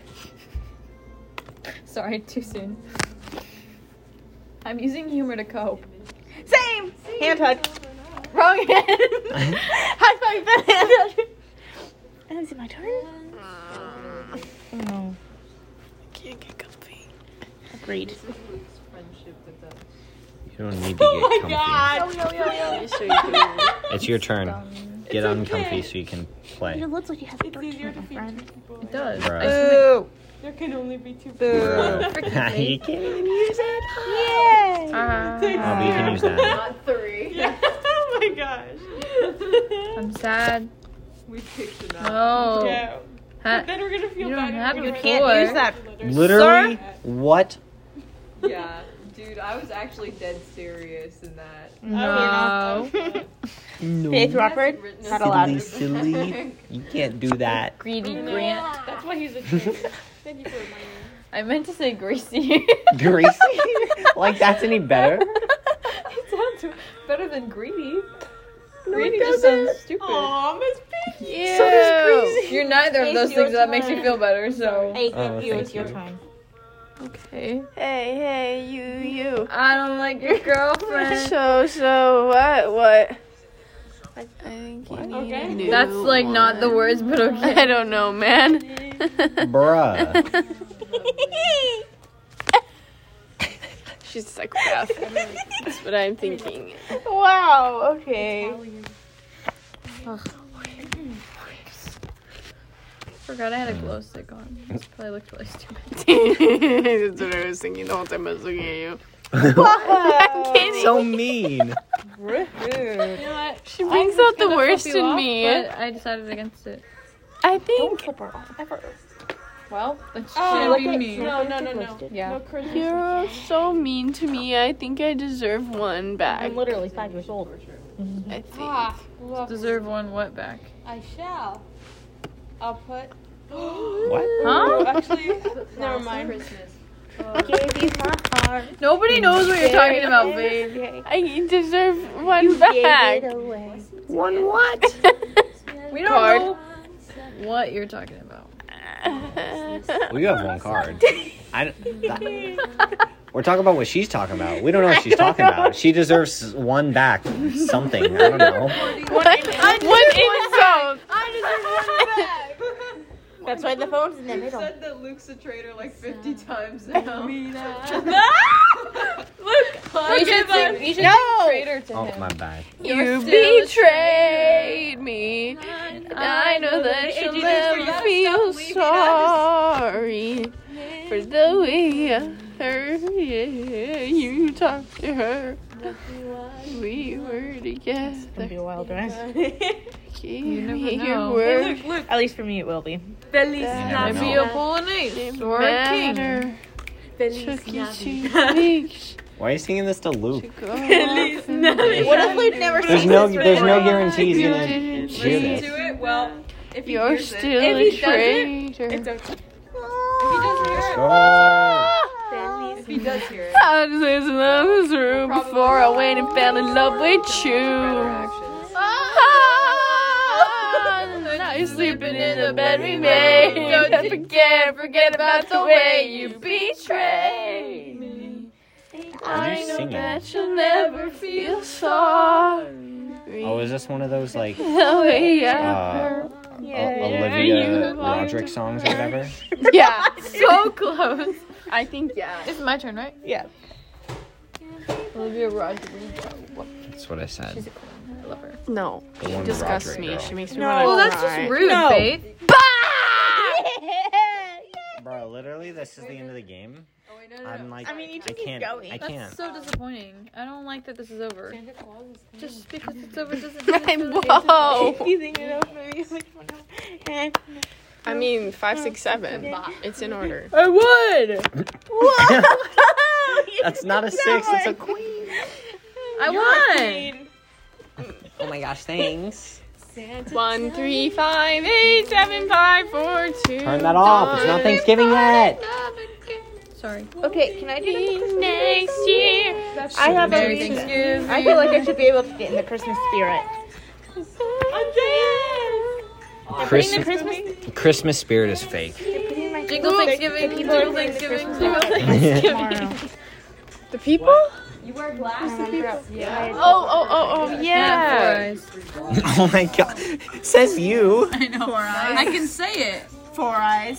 [SPEAKER 2] Sorry, too soon. I'm using humor to cope.
[SPEAKER 4] Same. Hand hug.
[SPEAKER 2] Wrong hand. High five.
[SPEAKER 4] Oh, Is it my turn?
[SPEAKER 7] Oh.
[SPEAKER 4] Oh. No.
[SPEAKER 1] Can't get comfy.
[SPEAKER 4] Agreed.
[SPEAKER 5] This is Luke's friendship with us.
[SPEAKER 3] You don't need to
[SPEAKER 7] Oh
[SPEAKER 3] get comfy.
[SPEAKER 7] It's
[SPEAKER 3] It's your turn. Get uncomfy
[SPEAKER 7] okay.
[SPEAKER 3] so you can play.
[SPEAKER 4] It looks like you have a
[SPEAKER 7] easier to feed two people.
[SPEAKER 2] It does.
[SPEAKER 3] Bruh.
[SPEAKER 2] I should
[SPEAKER 4] Boo.
[SPEAKER 7] There can only be two
[SPEAKER 3] Bro.
[SPEAKER 7] people.
[SPEAKER 3] you can't even use it.
[SPEAKER 4] Yay.
[SPEAKER 2] make-
[SPEAKER 3] Oh, but you can use that.
[SPEAKER 5] Not three.
[SPEAKER 7] Yeah. Oh my gosh.
[SPEAKER 2] I'm sad.
[SPEAKER 5] We picked it up.
[SPEAKER 2] Oh.
[SPEAKER 7] Yeah.
[SPEAKER 2] Ha-
[SPEAKER 7] But then we're gonna feel
[SPEAKER 2] You don't
[SPEAKER 7] bad.
[SPEAKER 2] have
[SPEAKER 7] if
[SPEAKER 2] your
[SPEAKER 7] we
[SPEAKER 2] can't
[SPEAKER 7] write
[SPEAKER 2] use
[SPEAKER 4] that.
[SPEAKER 7] letters.
[SPEAKER 3] Literally, what?
[SPEAKER 5] Yeah, dude, I was actually dead serious in that.
[SPEAKER 2] no.
[SPEAKER 4] Faith
[SPEAKER 3] No.
[SPEAKER 4] Rockford.
[SPEAKER 5] Written
[SPEAKER 4] Not
[SPEAKER 5] in
[SPEAKER 4] allowed.
[SPEAKER 3] Silly, silly. You can't do that.
[SPEAKER 2] Greedy Grant.
[SPEAKER 7] That's why he's a traitor. Thank you for reminding me.
[SPEAKER 2] I meant to say greasy.
[SPEAKER 3] Greasy? like, that's any better?
[SPEAKER 2] it sounds better than greedy. greedy just sounds stupid.
[SPEAKER 7] Aw, Miss Piggy.
[SPEAKER 1] Ew.
[SPEAKER 2] You're neither of
[SPEAKER 4] It's
[SPEAKER 2] those
[SPEAKER 4] your
[SPEAKER 2] things, so that makes me
[SPEAKER 4] turn.
[SPEAKER 2] feel better. So
[SPEAKER 4] Hey,
[SPEAKER 3] Oh,
[SPEAKER 4] you.
[SPEAKER 3] thank
[SPEAKER 4] It's your
[SPEAKER 3] you.
[SPEAKER 4] turn.
[SPEAKER 2] okay,
[SPEAKER 1] Hey, hey, you, you.
[SPEAKER 2] I don't like your girlfriend.
[SPEAKER 1] So, so what, what? I think you need
[SPEAKER 7] Okay.
[SPEAKER 1] a new
[SPEAKER 2] That's like not the
[SPEAKER 1] one.
[SPEAKER 2] words, but okay.
[SPEAKER 1] I don't know, man.
[SPEAKER 3] Bruh.
[SPEAKER 1] She's a psychopath. That's what I'm thinking.
[SPEAKER 4] Wow. Okay.
[SPEAKER 2] Forgot I had a glow stick on. This probably looked really stupid.
[SPEAKER 1] That's what I was thinking the whole time I was looking at you. I'm kidding.
[SPEAKER 3] so mean.
[SPEAKER 4] Rude.
[SPEAKER 2] You know what?
[SPEAKER 1] she brings out the worst in me.
[SPEAKER 2] I decided against it.
[SPEAKER 1] I think
[SPEAKER 4] Flip her off ever.
[SPEAKER 2] Well, it
[SPEAKER 7] Oh,
[SPEAKER 2] should be me.
[SPEAKER 7] No, no, no, no.
[SPEAKER 2] Yeah.
[SPEAKER 7] No charisma.
[SPEAKER 1] you're so mean to me. I think I deserve one back.
[SPEAKER 4] I'm literally five years old.
[SPEAKER 1] I think.
[SPEAKER 7] Ah, well,
[SPEAKER 2] Deserve one what back?
[SPEAKER 7] I shall. I'll put.
[SPEAKER 3] What?
[SPEAKER 2] Huh?
[SPEAKER 7] Actually, never mind.
[SPEAKER 5] Christmas.
[SPEAKER 4] Gave you my heart.
[SPEAKER 2] Nobody knows what you're talking about, babe.
[SPEAKER 1] I deserve one back.
[SPEAKER 4] away.
[SPEAKER 1] One what?
[SPEAKER 2] We don't
[SPEAKER 1] Card.
[SPEAKER 2] know what you're talking about.
[SPEAKER 3] We have one card. I, that- we're talking about what she's talking about. We don't know what she's talking about. She deserves one back. Something. I don't know.
[SPEAKER 1] One insult.
[SPEAKER 5] I deserve one back.
[SPEAKER 4] That's why the phone's in the
[SPEAKER 5] You
[SPEAKER 4] middle.
[SPEAKER 5] said that Luke's a traitor like 50 times now.
[SPEAKER 2] You should sing, you should no! traitor to
[SPEAKER 3] Oh,
[SPEAKER 2] him.
[SPEAKER 3] my bad.
[SPEAKER 1] You
[SPEAKER 2] still
[SPEAKER 1] betrayed me. I know that you'll never feel sorry for the way I hurt you. You talked to her. We were together.
[SPEAKER 4] It'll be a wild ride.
[SPEAKER 1] Give
[SPEAKER 2] never
[SPEAKER 1] me your
[SPEAKER 2] know.
[SPEAKER 1] word.
[SPEAKER 4] At least for me, it will be.
[SPEAKER 7] Feliz
[SPEAKER 3] Yeah, I
[SPEAKER 7] Navidad.
[SPEAKER 3] know.
[SPEAKER 2] Maybe a Polonaise or a king.
[SPEAKER 1] Matter.
[SPEAKER 7] Feliz
[SPEAKER 1] Took you two
[SPEAKER 7] Navidad.
[SPEAKER 1] weeks
[SPEAKER 3] Why are you singing this to
[SPEAKER 1] to
[SPEAKER 3] Luke?
[SPEAKER 1] go.
[SPEAKER 7] Feliz
[SPEAKER 1] off and
[SPEAKER 7] Navidad.
[SPEAKER 4] What if Luke never
[SPEAKER 3] There's
[SPEAKER 4] sees
[SPEAKER 3] no,
[SPEAKER 4] this?
[SPEAKER 3] there's no
[SPEAKER 4] recording?
[SPEAKER 3] guarantee he's
[SPEAKER 1] You
[SPEAKER 3] gonna
[SPEAKER 1] didn't
[SPEAKER 3] hear
[SPEAKER 1] listen
[SPEAKER 3] this.
[SPEAKER 5] to it? Well, if he
[SPEAKER 1] You're
[SPEAKER 5] hears
[SPEAKER 1] still
[SPEAKER 5] it,
[SPEAKER 1] a
[SPEAKER 5] if he doesn't,
[SPEAKER 7] It's
[SPEAKER 1] traitor.
[SPEAKER 7] okay.
[SPEAKER 5] if he doesn't hear it,
[SPEAKER 3] Oh,
[SPEAKER 5] if he does hear it,
[SPEAKER 1] I just was in this room
[SPEAKER 5] Probably
[SPEAKER 1] before I
[SPEAKER 5] not.
[SPEAKER 1] went and fell in love with
[SPEAKER 5] better
[SPEAKER 1] you.
[SPEAKER 5] actions.
[SPEAKER 1] Ah, now you're sleeping in the bed we made. Don't forget, forget about the way you betrayed me.
[SPEAKER 3] are
[SPEAKER 1] I
[SPEAKER 3] you
[SPEAKER 1] know
[SPEAKER 3] singing?
[SPEAKER 1] that you'll never feel sorry.
[SPEAKER 3] Oh, is this one of those like uh,
[SPEAKER 2] Oh,
[SPEAKER 1] the way I
[SPEAKER 3] O-
[SPEAKER 1] you
[SPEAKER 3] Olivia
[SPEAKER 1] belong
[SPEAKER 3] Roderick
[SPEAKER 1] to
[SPEAKER 3] songs or whatever?
[SPEAKER 1] Yeah,
[SPEAKER 2] So close.
[SPEAKER 1] I think yeah.
[SPEAKER 2] It's Oh, my turn, right?
[SPEAKER 4] Yeah.
[SPEAKER 2] Olivia Rodrigo.
[SPEAKER 3] That's what I said.
[SPEAKER 2] I love her.
[SPEAKER 1] No,
[SPEAKER 3] The one
[SPEAKER 1] disgusts
[SPEAKER 3] Roderick
[SPEAKER 1] me.
[SPEAKER 3] girl.
[SPEAKER 1] She makes me
[SPEAKER 4] No.
[SPEAKER 1] want to
[SPEAKER 2] Well,
[SPEAKER 4] Well,
[SPEAKER 2] that's just rude,
[SPEAKER 4] No.
[SPEAKER 2] Faith.
[SPEAKER 3] Bro, literally, this is the end of the game.
[SPEAKER 5] Oh, wait, no, no,
[SPEAKER 3] I'm
[SPEAKER 5] no.
[SPEAKER 3] like,
[SPEAKER 4] I mean, you
[SPEAKER 3] I
[SPEAKER 4] can keep
[SPEAKER 3] can't.
[SPEAKER 4] going.
[SPEAKER 3] I
[SPEAKER 2] That's
[SPEAKER 3] can't.
[SPEAKER 2] so disappointing. I don't like that this is over. Just because it's over doesn't mean
[SPEAKER 1] I'm
[SPEAKER 2] it's over.
[SPEAKER 1] whoa.
[SPEAKER 4] You think you know maybe it's like one of- Eh.
[SPEAKER 1] I mean, five, six, seven. It's in order.
[SPEAKER 2] I would.
[SPEAKER 3] That's not a six. It's a queen.
[SPEAKER 2] I won.
[SPEAKER 3] Oh my gosh, thanks.
[SPEAKER 1] One, three, five, eight, seven, five, four, two.
[SPEAKER 3] Turn that off. It's not
[SPEAKER 1] one.
[SPEAKER 3] Thanksgiving yet.
[SPEAKER 2] Sorry.
[SPEAKER 4] Okay, can I do the Christmas?
[SPEAKER 1] Next year.
[SPEAKER 4] I have a
[SPEAKER 2] Merry
[SPEAKER 4] reason.
[SPEAKER 2] Thanksgiving.
[SPEAKER 4] I feel like I should be able to get in the Christmas spirit.
[SPEAKER 3] Christmas,
[SPEAKER 4] Christmas
[SPEAKER 3] Christmas spirit is fake.
[SPEAKER 2] Jingle Thanksgiving. Jingle Thanksgiving. Jingle Thanksgiving.
[SPEAKER 3] Oh
[SPEAKER 4] tomorrow.
[SPEAKER 1] The people?
[SPEAKER 5] You wear glasses.
[SPEAKER 1] Oh, oh, oh, oh, yeah.
[SPEAKER 3] oh my god. Says you.
[SPEAKER 2] I know, I can say it.
[SPEAKER 4] Four eyes.